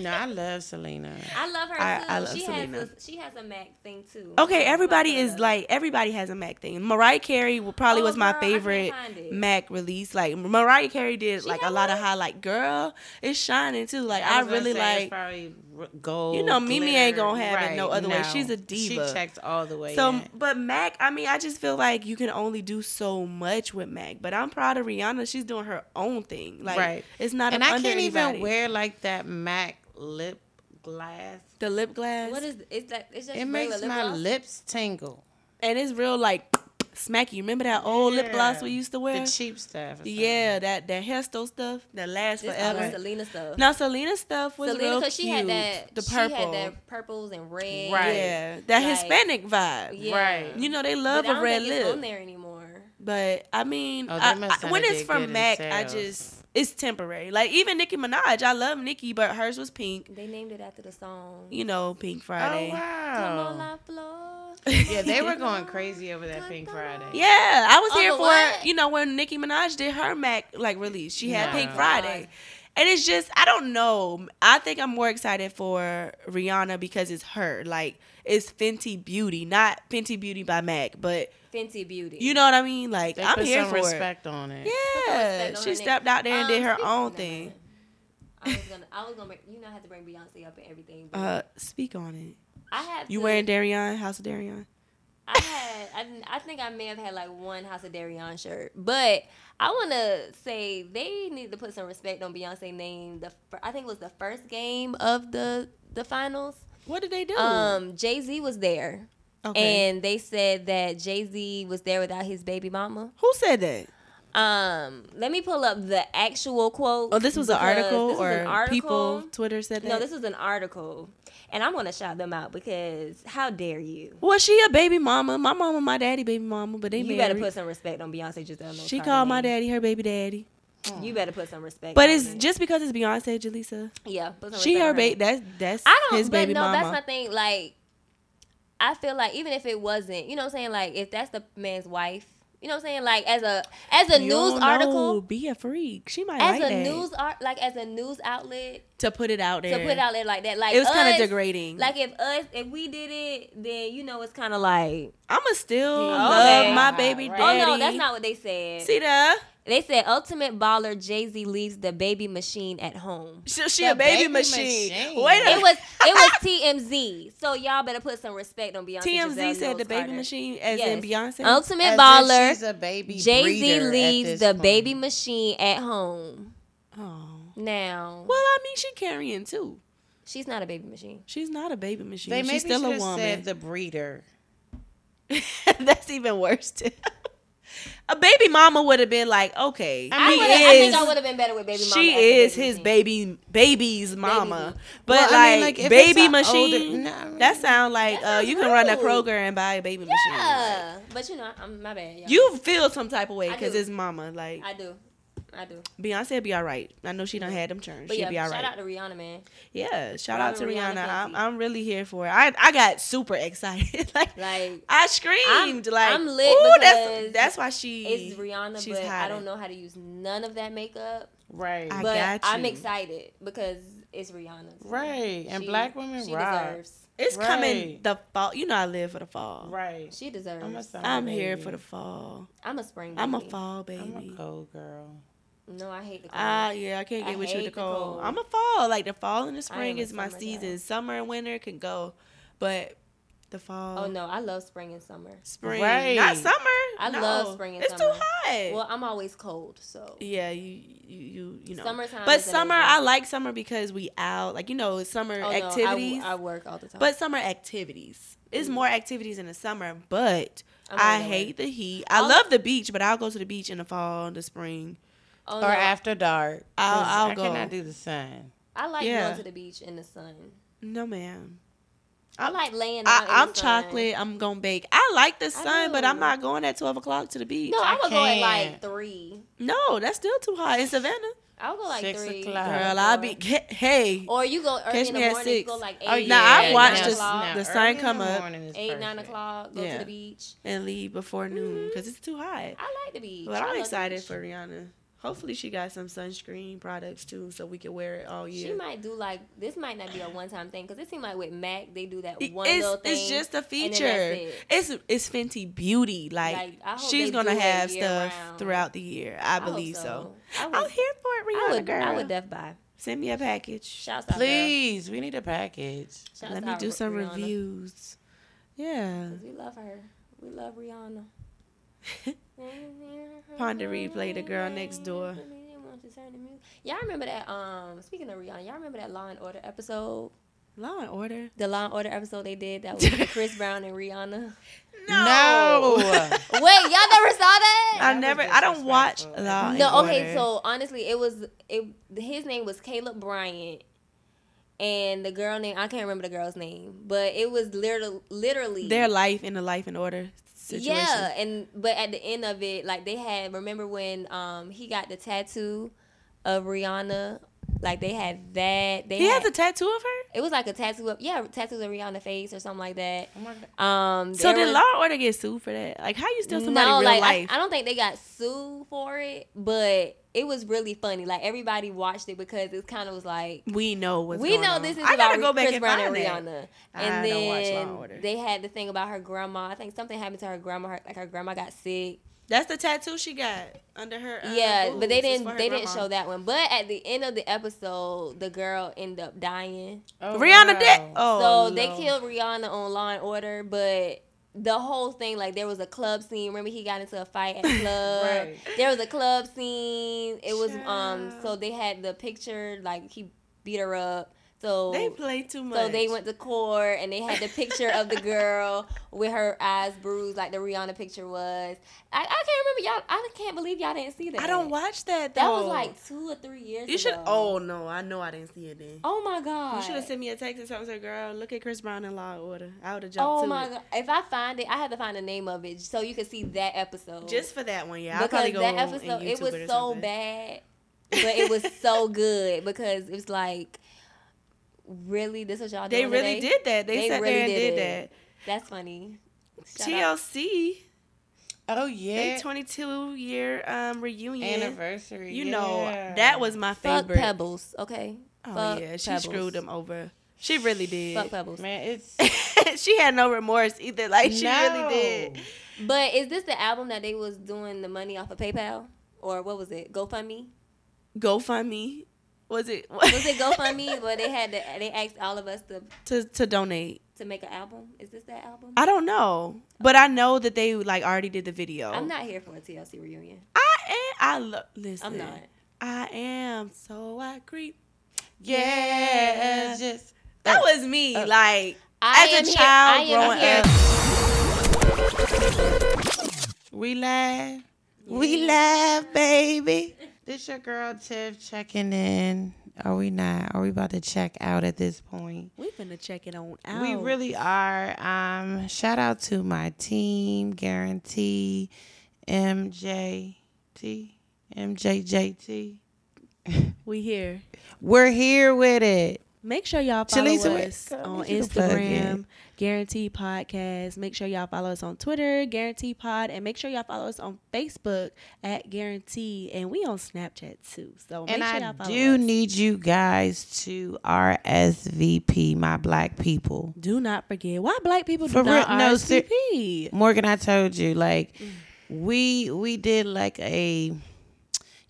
No, I love Selena.
I love her too.
I- I love
she
Selena.
Has a, she has a Mac thing too.
Okay,
That's what
everybody
I
is
love.
like everybody has a Mac thing. Mariah Carey wa- probably
Oh,
was my
girl, I can't
favorite
find it.
Mac release. Like Mariah Carey did like a
got
lot of
one?
highlight. Girl, it's shining too. Like I,
was gonna
really
say
like.
it's probably r- gold.
You know, Mimi ain't
glitter.
gonna have it no other way. She's a diva.
She checks all the way.
So,
in.
but Mac, I mean, I just feel like you can only do so much with Mac. But I'm proud of Rihanna; she's doing her own thing. Like,
Right.
it's not.
and
I
I can't even wear like that Mac lip glass.
the lip glass.
What is it's like? It's just
It
regular
makes
lip
my
gloss?
lips tingle.
and it's real like smacky. Remember that old lip gloss we used to wear?
The cheap stuff. or something.
yeah, that that hairstyle stuff that lasts
This all
forever.
Selena stuff.
Now Selena's stuff was
Selena,
real
because
cute.
she had that.
the
she
purple,
had that purples and red.
Right.
yeah, that
Like-
Hispanic vibe.
Yeah.
Right. Oh,
You know they
But
love
I don't
a red
think It's on
lip,
there anymore.
but I mean,
Oh, they
I-
must
I-
kinda
when it's
did good
from
in
Mac, I
sales.
just it's temporary. Like even Nicki Minaj, I love Nicki, but hers was pink.
They named it after the song.
You know, Pink
Oh
Friday.
Come on,
wow.
La Flor.
Yeah, they were going crazy over that Pink Friday.
Yeah, I was
Oh,
here
but
for
what?
you know when Nicki Minaj did her Mac like release. She had
Yeah.
Pink
Oh,
Friday, and it's just I don't know. I think I'm more excited for Rihanna because it's her. Like it's Fenty Beauty, not Fenty Beauty by Mac, but
Fenty Beauty.
you know what I mean. Like
They
I'm
put
here
some
for
respect on
it.
it.
Put some respect
Yeah,
on
she
her
stepped
name.
out there and
Um,
did her
speak-
own
never
thing.
mind. I was gonna, I was gonna, bring, you know, I had to bring Beyonce up and everything. But
Uh, speak on it.
I had
You
to-
wearing Darion House of Darion?
I had, I, didn't- I think I may have had like one House of Darion shirt, but I want to say they need to put some respect on Beyonce name. The fir- I think it was the first game of the the finals.
What did they do?
Um, Jay Z was there.
Okay.
And they said that Jay Z was there without his baby mama.
Who said that?
Um, let me pull up the actual quote.
Oh, this was an
because
article
this was
or
an
people
article.
Twitter said that.
No, this was an article, and I'm gonna shout them out because how dare you?
Was she a baby mama? My mama, my daddy, baby mama, but they
You
married.
better put some respect on Beyonce Giselle. Knowles
she
Carter
called my
name.
daddy her baby daddy.
You better put some respect.
But
on
it's
it.
just because it's Beyonce, Jaleesa.
yeah. Put some
She
respect
her
on
baby. That's that's
I don't.
his
but
baby
no,
mama.
that's my thing. Like, I feel like even if it wasn't, you know, what I'm saying, like, if that's the man's wife, you know, what I'm saying, like, as a as a
You
news
don't
article,
know. Be a freak. She might
as
like
a
that.
news art, like as a news outlet
to put it out there.
to put out there like that, like
It was kinda
us-
degrading.
Like if us, if we did it, then you know, it's kind of like,
I'ma still
Okay.
love my baby
Right.
daddy.
oh no, that's not what they said.
See that?
They said ultimate baller Jay Z leaves the baby machine at home.
She, she
The
a baby,
baby
machine.
machine.
Wait a
It was it was TMZ. So y'all better put some respect on Beyonce. Giselle
TMZ
Knowles
said the baby
Carter.
machine as in
Yes. Oh.
Beyonce.
Ultimate
As if she's
baller.
a baby
Jay Z
breeder at
leaves
this
the
point.
baby machine at home.
Oh.
Now
Well, I mean, she carrying too.
she's not a baby machine.
She's not a baby machine.
They maybe
She's still a
should've
woman.
Said the breeder.
That's even worse. Too. a baby mama would have been like, okay,
I,
he
would've- I think
is-
I would have been better with baby. mama
she
as the
is
baby
his baby
machine.
baby's mama. But
Well, I
like,
mean, like, if
baby
it's a older-
machine,
No, I mean-
that sound like uh,
sounds
you can run a
rude.
Kroger and buy a baby machine.
Yeah, but you know, I'm my bad. Y'all.
You feel some type of way
I
because
do.
it's mama. Like
I do. I do.
Beyonce, be all right. I know she done had them churns.
But
She'll
yeah,
be all
shout
right.
out to Rihanna, man.
yeah, shout out to
Robin Rihanna
Rihanna. I'm,
Fancy.
I'm really here for it. I I got super excited. like,
Like,
I screamed.
I'm-
like
I'm lit
"Ooh, that's
because
that's why she
It's Rihanna,
she's
but I
hot.
don't know how to use none of that makeup.
Right.
I
But
got you.
I'm excited because it's Rihanna.
Right, and black women
she
rock.
deserves.
It's
Right.
coming the fall. You know I live for the fall.
right.
She deserves.
I'm
I'm
a
a,
summer
I'm here
baby.
for the fall.
spring.
I'm a
baby.
fall
I'm
baby.
a cold girl.
No, I hate the cold.
Ah, yeah, I can't
I
get with you
hate
with the
the
cold.
cold.
I'm a fall. Like the fall and the
am
spring
a
is my
summer
season.
gal.
Summer and winter can go, but the fall,
oh no, I love spring and summer.
spring,
Right.
not summer.
I
No.
love spring and
it's
summer.
too hot.
Well, I'm always cold, so
yeah, you, you, you, you know.
Summertime
but
is
summer,
amazing.
I like summer because we out, like you know, summer
Oh, no, I-
activities.
I, work all the time.
But summer activities. It's more activities in the summer, but
Mm-hmm. I'm not
I
that way.
hate the heat. I
All-
love the beach, but I'll go to the beach in the fall and the spring.
oh,
Or
no,
after dark. 'cause
I'll- I'll
I
go.
cannot do the sun.
I like
yeah.
going to the beach in the sun.
No, ma'am.
I like laying out.
I,
in the
I'm
sun.
chocolate. I'm going to bake. I like the sun, but I'm
know.
not going at 12 o'clock to the beach.
No, I would go at
can't.
like three.
No, that's still too hot in Savannah.
I would go like
Six
three.
o'clock.
Girl,
Girl,
I'll be, hey.
Or you go early
Catch
in
me
the
at
morning. You go
six.
like eight.
Oh, yeah.
Now, I
nine
watched
now,
this-
o'clock,
now,
the sun
early in
come up.
morning is
eight nine
perfect.
o'clock. Go
Yeah.
to the beach.
And leave before noon
Mm-hmm.
because it's too hot.
I like the beach.
But
I love
I'm
the
excited
beach.
for Rihanna. Hopefully, she got some sunscreen products too so we can wear it all year.
She might do like this. Might not be a one time thing because it seemed like with Mac they do that
It-
one
it's,
little thing.
it's just a
and then that's
feature.
it.
It's it's Fenty Beauty. Like,
Like, I hope
she's
they
gonna
do it
have stuff
year-round.
throughout the year. I,
hope
believe so.
so. I
I'm
would-
here for it,
I
Rihanna
would.
girl.
I would def buy.
Send me a package.
Shouts out, girl.
Please, we need a package.
Shouts
Let me
out,
do some
Rihanna.
reviews. Yeah.
We love her. We love Rihanna.
Ponder replay the girl next door.
Mm-hmm. Y'all remember that? Um, speaking of Rihanna, y'all remember that Law and Order episode?
Law and Order.
The Law and Order episode they did that was Chris Brown and Rihanna.
No.
Wait, y'all never saw that?
I never. I don't watch
disrespectful.
Law and
No,
Order.
okay. So honestly, it was it. His name was Caleb Bryant, and the girl name I can't remember the girl's name, but it was literally literally
their life in the life and order situation.
Yeah, and but at the end of it, like they had remember when um he got the tattoo of Rihanna, like they had that. They
He
had
has a tattoo of her.
it was like a tattoo of yeah, tattoos of Rihanna face or something like that.
Oh my God.
Um,
So
there
did
was-
Law and Order get sued for that? Like, how you steal somebody real
like I-
life?
I, don't think they got sued for it, but it was really funny. Like everybody watched it because it kind of was like.
we know what's
we
going
know
on.
this is
I gotta
about
go back
Chris
and
Brown
find
and
that.
Rihanna,
I
and
don't watch Law
then
and Order.
they had the thing about her grandma. I think something happened to her grandma. Her, like her grandma got sick,
That's the tattoo she got under her. uh,
yeah, but
boobs.
they
It's
didn't
for her
they didn't
grandma.
show that one. But at the end of the episode, the girl ended up dying.
Oh,
Rihanna did.
wow.
Oh,
so they
Lord.
killed Rihanna on Law and Order, but the whole thing like there was a club scene. Remember he got into a fight at the club.
Right.
There was a club scene. It was um
Child.
so they had the picture like he beat her up. So
They play too much.
So they went to court and they had the picture of the girl with her eyes bruised, like the Rihanna picture was. I, I can't remember y'all. I can't believe y'all didn't see that.
I don't watch that though.
That was like two or three years.
You should.
ago.
Oh no, I know I didn't see it then.
Oh my god.
You should have sent me a text or something. Said, "Girl, look at Chris Brown in Law and Order." I would have jumped
Oh
to
my
it
god! If I find it, I have to find the name of it so you can see that episode.
just for that one. Yeah, I'll
because
probably go
that
on and
episode, it
YouTube
was
or
so
something.
bad, but it was so good because it was like, really, this was y'all.
They
doing
really
today?
did that. They, sat there and did,
it. That's funny.
that.
Shout out.
TLC,
Oh
they
yeah,
22 year um reunion.
anniversary.
You know
yeah.
that was my
Fuck
favorite.
Pebbles, okay.
Oh
Fuck
yeah, she
Pebbles.
screwed them over. She really did.
Fuck Pebbles.
man. It's
she had no remorse either. Like she
No.
really did.
But is this the album that they was doing the money off of PayPal or what was it? GoFundMe.
GoFundMe. Was it?
Was it GoFundMe? Where they had to, they asked all of us to
to to donate?
to make an album. Is this that album?
I don't know, but I know that they like already did the video.
I'm not here for a TLC reunion.
I am. I love. Listen.
I'm not. Oh.
I am. So I creep.
yeah, just
That was me.
Oh.
like
I
as
am
a
here-
child
I am
growing
here.
up.
we laugh, we laugh, baby. This your girl Tiff checking in. Are we not? Are we about to check out at this point?
We finna check it on out.
We really are. Um, shout out to my team, Guarantee, MJT, MJJT.
we here.
We're here with it.
Make sure y'all follow
Chalisa, wait,
us
girl,
on
need you to plug
Instagram,
it.
Guarantee Podcast. Make sure y'all follow us on Twitter, Guarantee Pod, and make sure y'all follow us on Facebook at Guarantee. And we on Snapchat too. So make
and
sure
I
y'all follow
do
us.
need you guys to RSVP, my black people.
do not forget why black people do
For
not
real, no, ser-
RSVP.
Morgan, I told you, like we we did like a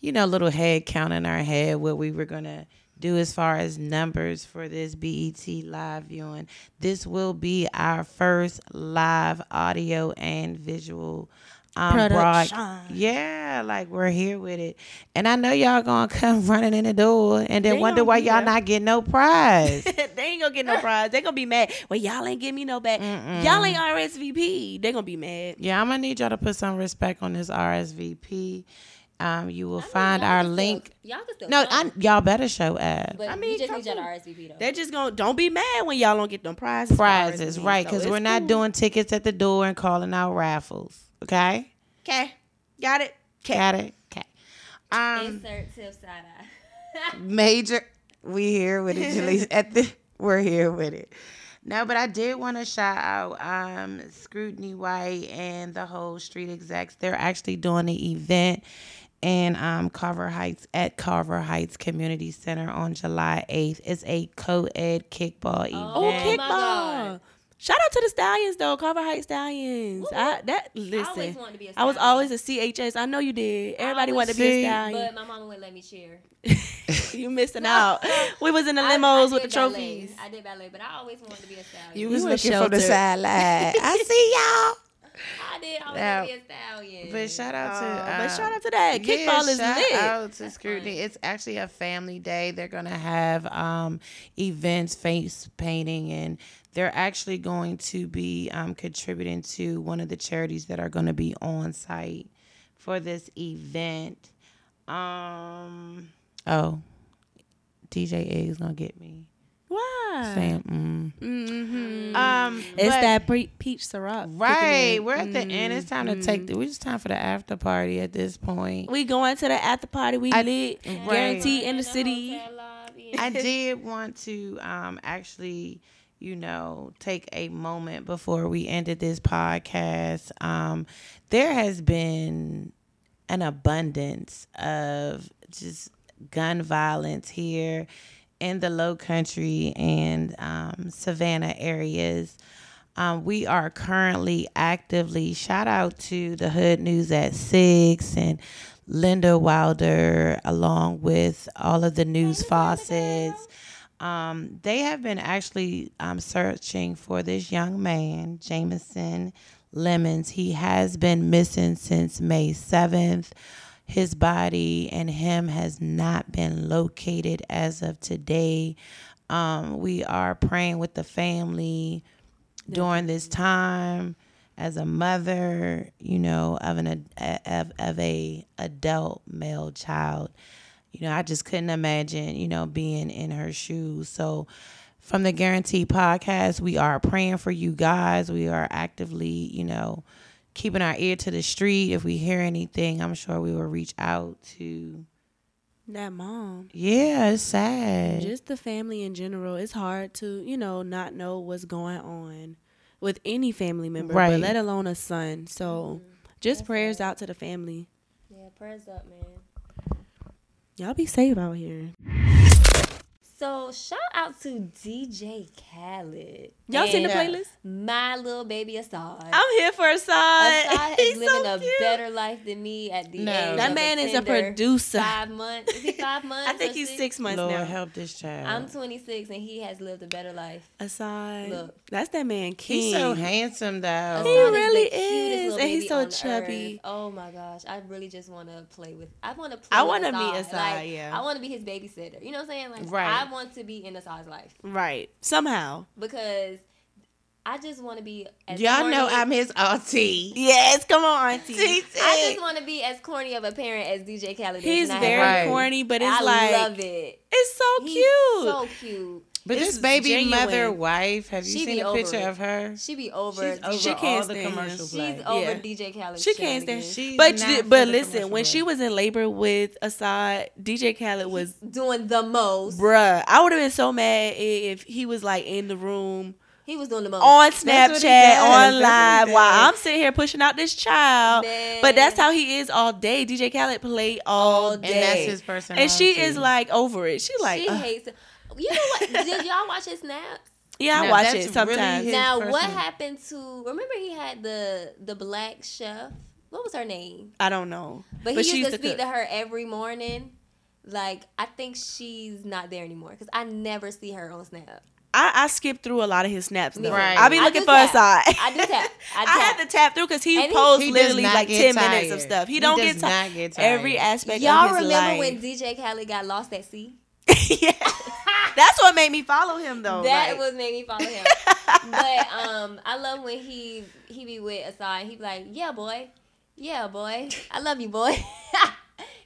you know little head count in our head what we were gonna do as far as numbers for this BET live viewing. This will be our first live audio and visual um broad-
Production.
Yeah, like we're here with it. And I know y'all gonna come running in the door and then
They
wonder
gonna
why
be
y'all
there.
not getting no prize.
they ain't gonna get no prize. They gonna be mad. Well, y'all ain't give me no back. Y'all ain't RSVP. They gonna be mad.
Yeah, I'm gonna need y'all to put some respect on this RSVP. Um, you will find our link.
Y'all can still
No,
come,
I, y'all better show up.
but
I
I
mean,
mean, just
come
need y'all to
on.
RSVP though.
They're just gonna don't be mad when y'all don't get them prizes. for
Prizes,
RSVP.
right?
So
Because
it's
we're not
cool.
doing tickets at the door and calling out raffles. Okay,
Okay, got it.
got it. Okay. Um,
Insert Tiff side eye.
major, we here with it. Jaleesa. at the, we're here with it. No, but I did want to shout out um, Scrutiny White and the whole Street Execs. They're actually doing an event in um, Carver Heights at Carver Heights Community Center on July 8th. It's a co ed kickball event.
Oh,
Oh,
my
kickball!
God.
Shout out to the Stallions though, Carver Height Stallions. I, that listen, I,
always wanted to be a
was
Stallion.
always a CHS. I know you did. Everybody wanted to be a
See,
But
Stallion.
my mama wouldn't let me cheer.
you missing out. We was in the
I- I
limos
did
with the
ballet.
trophies.
I did ballet, but I always wanted to be a stallion.
You
We
was
were
looking from
sheltered.
the sideline. I see y'all.
I did always
Now,
want to be a stallion.
But shout out to
Aw, Oh, Uh, but
um,
shout out to that. Kickball is
shout
lit.
out to scrutiny. It's actually a family day. They're gonna have um, events, face painting, and they're actually going to be um, contributing to one of the charities that are going to be on site for this event. Um, oh, DJ Egg's gonna get me.
Why?
Saying, mm. mm-hmm. um,
It's
but-
that pre- peach syrup. kicking
Right,
in.
we're at the end. It's time to take. The, we just time for the after party at this point.
We going to the after party. We
I-
lit.
Right.
Guarantee in the city.
Hotel lobby.
I did want to um, actually, you know, take a moment before we ended this podcast. Um, there has been an abundance of just gun violence here in the low country and um, savannah areas. Um, we are currently actively shout out to the Hood News at Six and Linda Wilder, along with all of the news faucets. Um, they have been actually um, searching for this young man, Jameson Lemons. He has been missing since May 7th. His body and him has not been located as of today. Um, we are praying with the family during this time as a mother, you know, of an ad- of, of a adult male child. You know, I just couldn't imagine, you know, being in her shoes. So from the Guarantee podcast, we are praying for you guys. We are actively, you know, keeping our ear to the street. If we hear anything, I'm sure we will reach out to
That mom.
Yeah, it's sad.
just the family in general it's hard to you know not know what's going on with any family member
Right.
but let alone a son so
Mm-hmm.
just prayers out to the family
Yeah, prayers up, man.
y'all be safe out here
So shout out to DJ Khaled.
Y'all seen the
and
playlist?
My little baby Assad.
i'm here for Assad.
Assad is
He's
living
so
a
cute.
better life than me at the
No.
age.
that
of
man is a
tender
producer
Five months. Is he five months?
i think
or
he's six months
Lord
now
help this child.
I'm 26 and he has lived a better life.
Assad,
Look.
that's that man king
He's so handsome though.
Assad is the
really
cutest
is,
little
and he's
baby
so
on earth.
chubby.
Oh my gosh, I really just want to play with. I want to play.
I
want
wanna
to
meet Assad,
Like,
yeah.
I want to be his babysitter. You know what I'm saying? Like
Right.
I want to be in Assad's life
right somehow
because I just want to be. As
Y'all know
corny-
I'm his auntie.
yes come on auntie
I just
TT.
want to be as corny of a parent as DJ Khaled. is,
he's
and I
very
have-
Right.
corny but it's
I
like
love it.
it's so
He's
cute
So cute.
But
This
this
is
baby
genuine.
mother wife, have you
She
seen
be
a picture
over it.
of her?
She be over.
She's over
She can't
all the
stand
commercial
him.
She's
plays.
over
Yeah.
DJ Khaled.
She can't stand.
shenanigans.
She's
but
not
you-
for
but
the
listen,
commercial
when she
work.
was in labor with Assad, DJ Khaled was
doing the most.
bruh. I would have been so mad i- if he was like in the room
He was doing the most.
on
what he
Snapchat, on
does. That's what
live,
he
while
does.
I'm sitting here pushing out this child. But that's how he is all day. DJ Khaled play all
And
day,
and that's his personality.
And she is like over it. She like, uh,
she
"Ugh."
hates. It. You know what? Did y'all watch his snaps?
yeah, I
Now,
watch
that's
it sometimes.
really his
now, what
personal-
happened to? Remember, he had the the black chef. What was her name?
I don't know,
But, he
she
used to speak
cook.
to her every morning. Like I think she's not there anymore because I never see her on Snap.
I, I skip through a lot of his snaps. Though.
Right.
I be
I
looking
do
for
tap.
Assad.
I do tap. I
I,
tap.
had to tap through because he
And he-
posts
He does
literally
not
like
get
ten minutes of
tired.
stuff. He,
He
don't
does
get tired.
not get
Every
tired.
aspect.
Y'all
of his
remember
life.
when DJ Khaled got lost at sea?
yeah, that's what made me follow him though.
that
like-
was made me follow him. but um, I love when he he be with Asai. He be like, "Yeah, boy, yeah, boy, I love you, boy."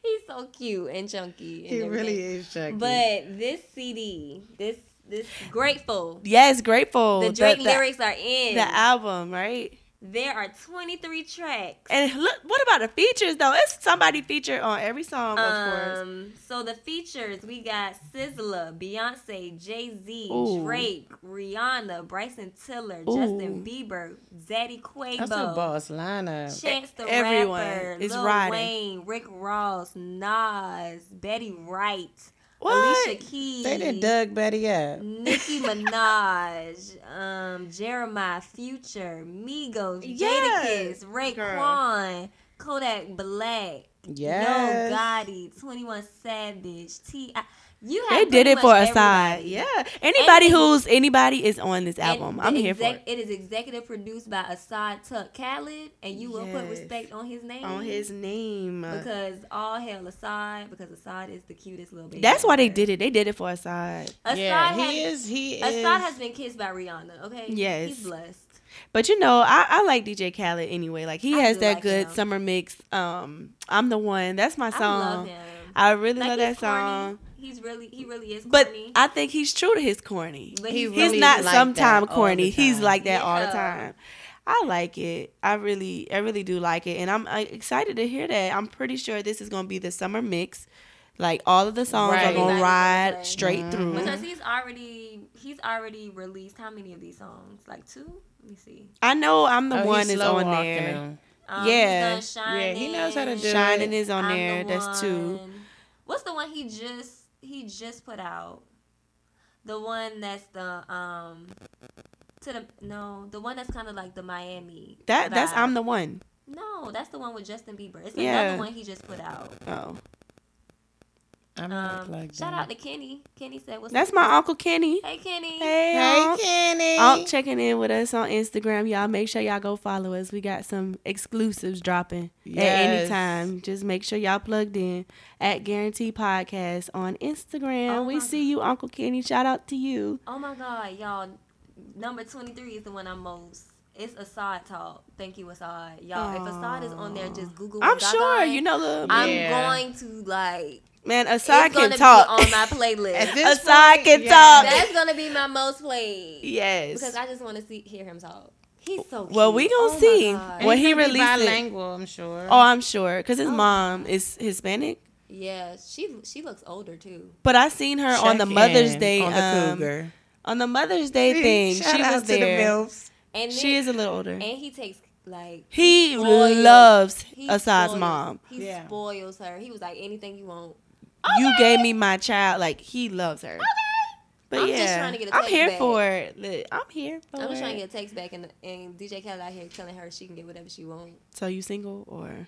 He's so cute and chunky. And
He really
everything.
is chunky.
But this CD, this this grateful.
yes, grateful.
The Drake
Oh, the,
lyrics are in.
the album, right?
there are 23 tracks.
And look, what about the features though? It's somebody featured on every song, of course.
Um, so the features we got Sizzla, Beyonce, Jay Z,
Ooh.
Drake, Rihanna, Bryson Tiller,
Ooh.
Justin Bieber, Zaddy
That's a
Quavo,
boss lineup.
Chance the
Everyone
Rapper,
is
Lil
riding.
Wayne, Rick Ross, Nas, Betty Wright,
What?
Alicia Keys,
They done dug Betty up.
Nicki Minaj, um, Jeremiah, Future, Migos,
Yes,
Jadakiss, Raekwon, Kodak Black.
Yes.
Yo Gotti, 21 Savage, T.I. You
They
have
did
pretty
it
much
for
everybody.
Aside. Yeah. Anybody
And-
who's anybody is on this
And
album.
the
I'm here for
exec-
it.
It is executive produced by Assad Tuck Khaled, and you will put
Yes.
respect on his name.
On his name.
Because all hell Assad, because Assad is the cutest little baby.
That's why they
ever.
did it. They did it for Aside.
Assad
yeah, he
has,
is. He is.
Assad has been kissed by Rihanna, okay?
Yes.
He's blessed.
But you know, I, I like DJ Khaled anyway. Like he
I
has
do
that
like
good
him.
summer mix. Um, I'm the one. That's my song.
I love him.
I really
Like,
love
he's
that song.
corny. He's really, he really is
But
corny.
I think he's true to his corny.
but
He
he's
He's
really
not
like
sometime
that all
corny.
the
He's
time.
like that all the
Yeah.
time. I like it. I really, I really do like it, and I'm uh, excited to hear that. I'm pretty sure this is gonna be the summer mix. Like all of the songs are
Right.
gonna
Everybody's
ride
gonna play.
straight
Mm-hmm.
through.
Because he's already he's already released how many of these songs? Like two? Let me see.
I know I'm
Oh,
the
he's
one is
slow
on
walking
there.
him.
Um,
Yeah.
he's done
Yeah, he knows how to
Shining,
do
Shining
it.
is on
I'm
there.
the
That's two.
One. What's the one he just he just put out? The one that's the um to the no, the one that's kind of like the Miami.
That that's
vibe.
I'm the one.
no, that's the one with Justin Bieber. It's
Yeah.
another one he just put out.
Oh,
I'm gonna plug
Um, Shout
them.
out to Kenny. Kenny said, "What's
That's
up?"
my uncle Kenny.
Hey, Kenny.
Hey,
Hey
Unc.
Kenny.
Unc checking in with us on Instagram. Y'all make sure y'all go follow us. We got some exclusives dropping at any
Yes.
time. Just make sure y'all plugged in at Guarantee Podcast on Instagram.
Oh
we
my
see you, Uncle Kenny. Shout out to you.
Oh my God, y'all. Number 23 is the one I'm most. It's Assad Talk. Thank you, Assad. Y'all, if Assad is on there, just Google
I'm
Gaga.
sure you know the
I'm
Yeah.
going to, like,
man. Aside
it's
can
going to be
talk.
on my playlist.
this
Aside
point,
can
yeah.
talk.
That's going to be my most played.
Yes.
Because I just want to see hear him talk. He's so cute.
Well, we
Oh
gonna
my
see
God.
And
when
he's
he
gonna be
releases. it.
bilingual, I'm sure.
Oh, I'm sure, cause his mom is Hispanic.
Yeah, she she looks older too.
But I seen her on
Check
the Mother's
in
Day
on the
um,
cougar
on the Mother's Day thing.
Shout
she
out
was
to the
there.
MILFs.
And
she
then-
is a little older.
And he takes like
He
spoils-
loves
he
Asad's
spoils-
mom.
He
Yeah.
spoils her. He was like anything you want.
you gave me my child. Like he loves her. But
I'm
yeah,
just trying to get a
I'm
text
here
back.
for it. Look, I'm here for
I'm
it.
just trying to get a text back and and DJ Khaled out here telling her she can get whatever she wants.
so you single or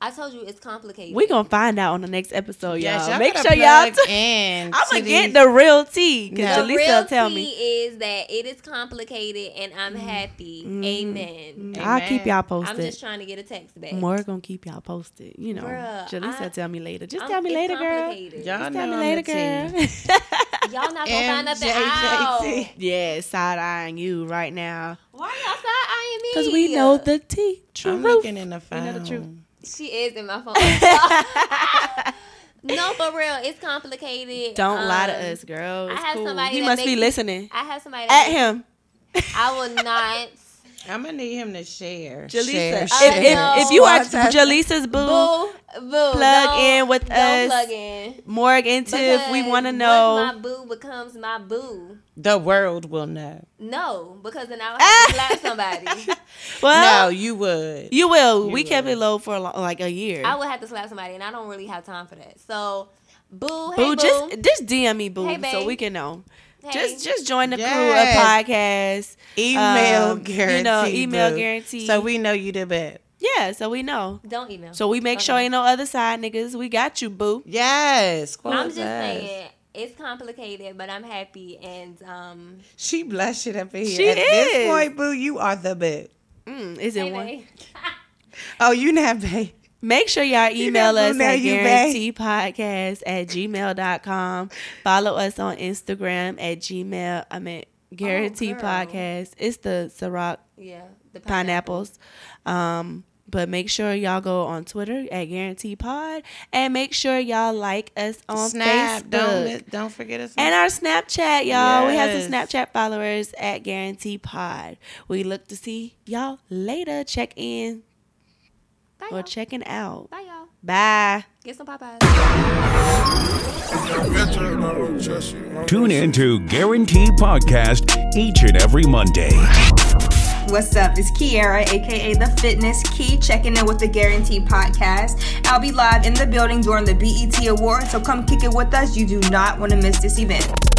I told you it's complicated.
we gonna find out on the next episode,
Yes,
y'all.
y'all
Make
gotta
sure y'all.
plug
i
in
am I'm
to
gonna get
these-
the real tea because
No.
the
Jalisa
real
will tell
key
me. Mm.
is that it is complicated and I'm happy. Amen.
I'll keep
Amen.
y'all
I'm
posted.
just trying to get a text back.
Mm. More gonna keep y'all posted. You know,
Bruh,
Jalisa
I-
tell me later. Just
I'm-
tell me
it's
later, girl.
complicated.
Y'all
Just
know
tell me
I'm
later,
the team.
girl.
Y'all not gonna find nothing out.
yeah, side eyeing you right now
Why y'all side eyeing me?
because we know the tea. True.
I'm looking in the
We
phone.
know the truth.
She is in my phone. no, for real, it's complicated.
Don't lie to
Um,
us, girl.
I
It's
have
cool.
somebody
He
that
must be
makes-
listening.
I have somebody
At
that
him,
I will not.
I'm gonna need him to share.
Jalisa.
Share,
if,
share,
if-
share.
if you are
Share.
Jalisa's boo,
boo, boo.
plug
don't-
in with
Don't
us.
plug in.
Morg and Tiff, we
Because
want to
once
know.
My boo becomes my boo.
the world will know.
No, because then I would have to slap somebody.
Well,
no, you would.
you will. we kept it low for a lo- like a year.
I would have to slap somebody, and I don't really have time for that. So, boo, hey,
boo,
boo.
just just DM me, boo,
Hey,
so
babe.
we can know.
Hey.
Just just join the crew of podcast.
email
um,
guarantee.
You know, email
boo.
guarantee.
So we know you the best.
yeah, so we know.
don't email.
So we make sure
Okay.
ain't no other side niggas. We got you, boo.
Yes. quote
I'm just
us.
saying it's complicated, but I'm happy and um.
She blushing up in here.
She
At this
is.
point, boo, you are the best.
Mm, is it
hey,
one?
babe.
Oh, you not babe.
Make sure y'all email
know
us
now
at
you back.
guaranteepodcast at gmail.com. Follow us on Instagram at gmail. I mean,
Oh,
guarantee
girl.
podcast. It's the Ciroc
Yeah, the
pineapples. Um, but make sure y'all go on Twitter at guarantee pod and make sure y'all like us on
Snap.
Facebook.
Don't miss- don't forget us.
And our Snapchat, y'all. We have some
Yes.
Snapchat followers at Guarantee Pod. We look to see y'all later. Check in
Bye,
or
y'all.
checking out.
Bye, y'all.
Bye.
Get some Popeyes.
Tune in to Guarantee Podcast each and every Monday.
What's up? It's Kiara, aka The Fitness Key, checking in with the Guarantee Podcast. I'll E be live in the building during the BET Awards, so come kick it with us. You do not want to miss this event.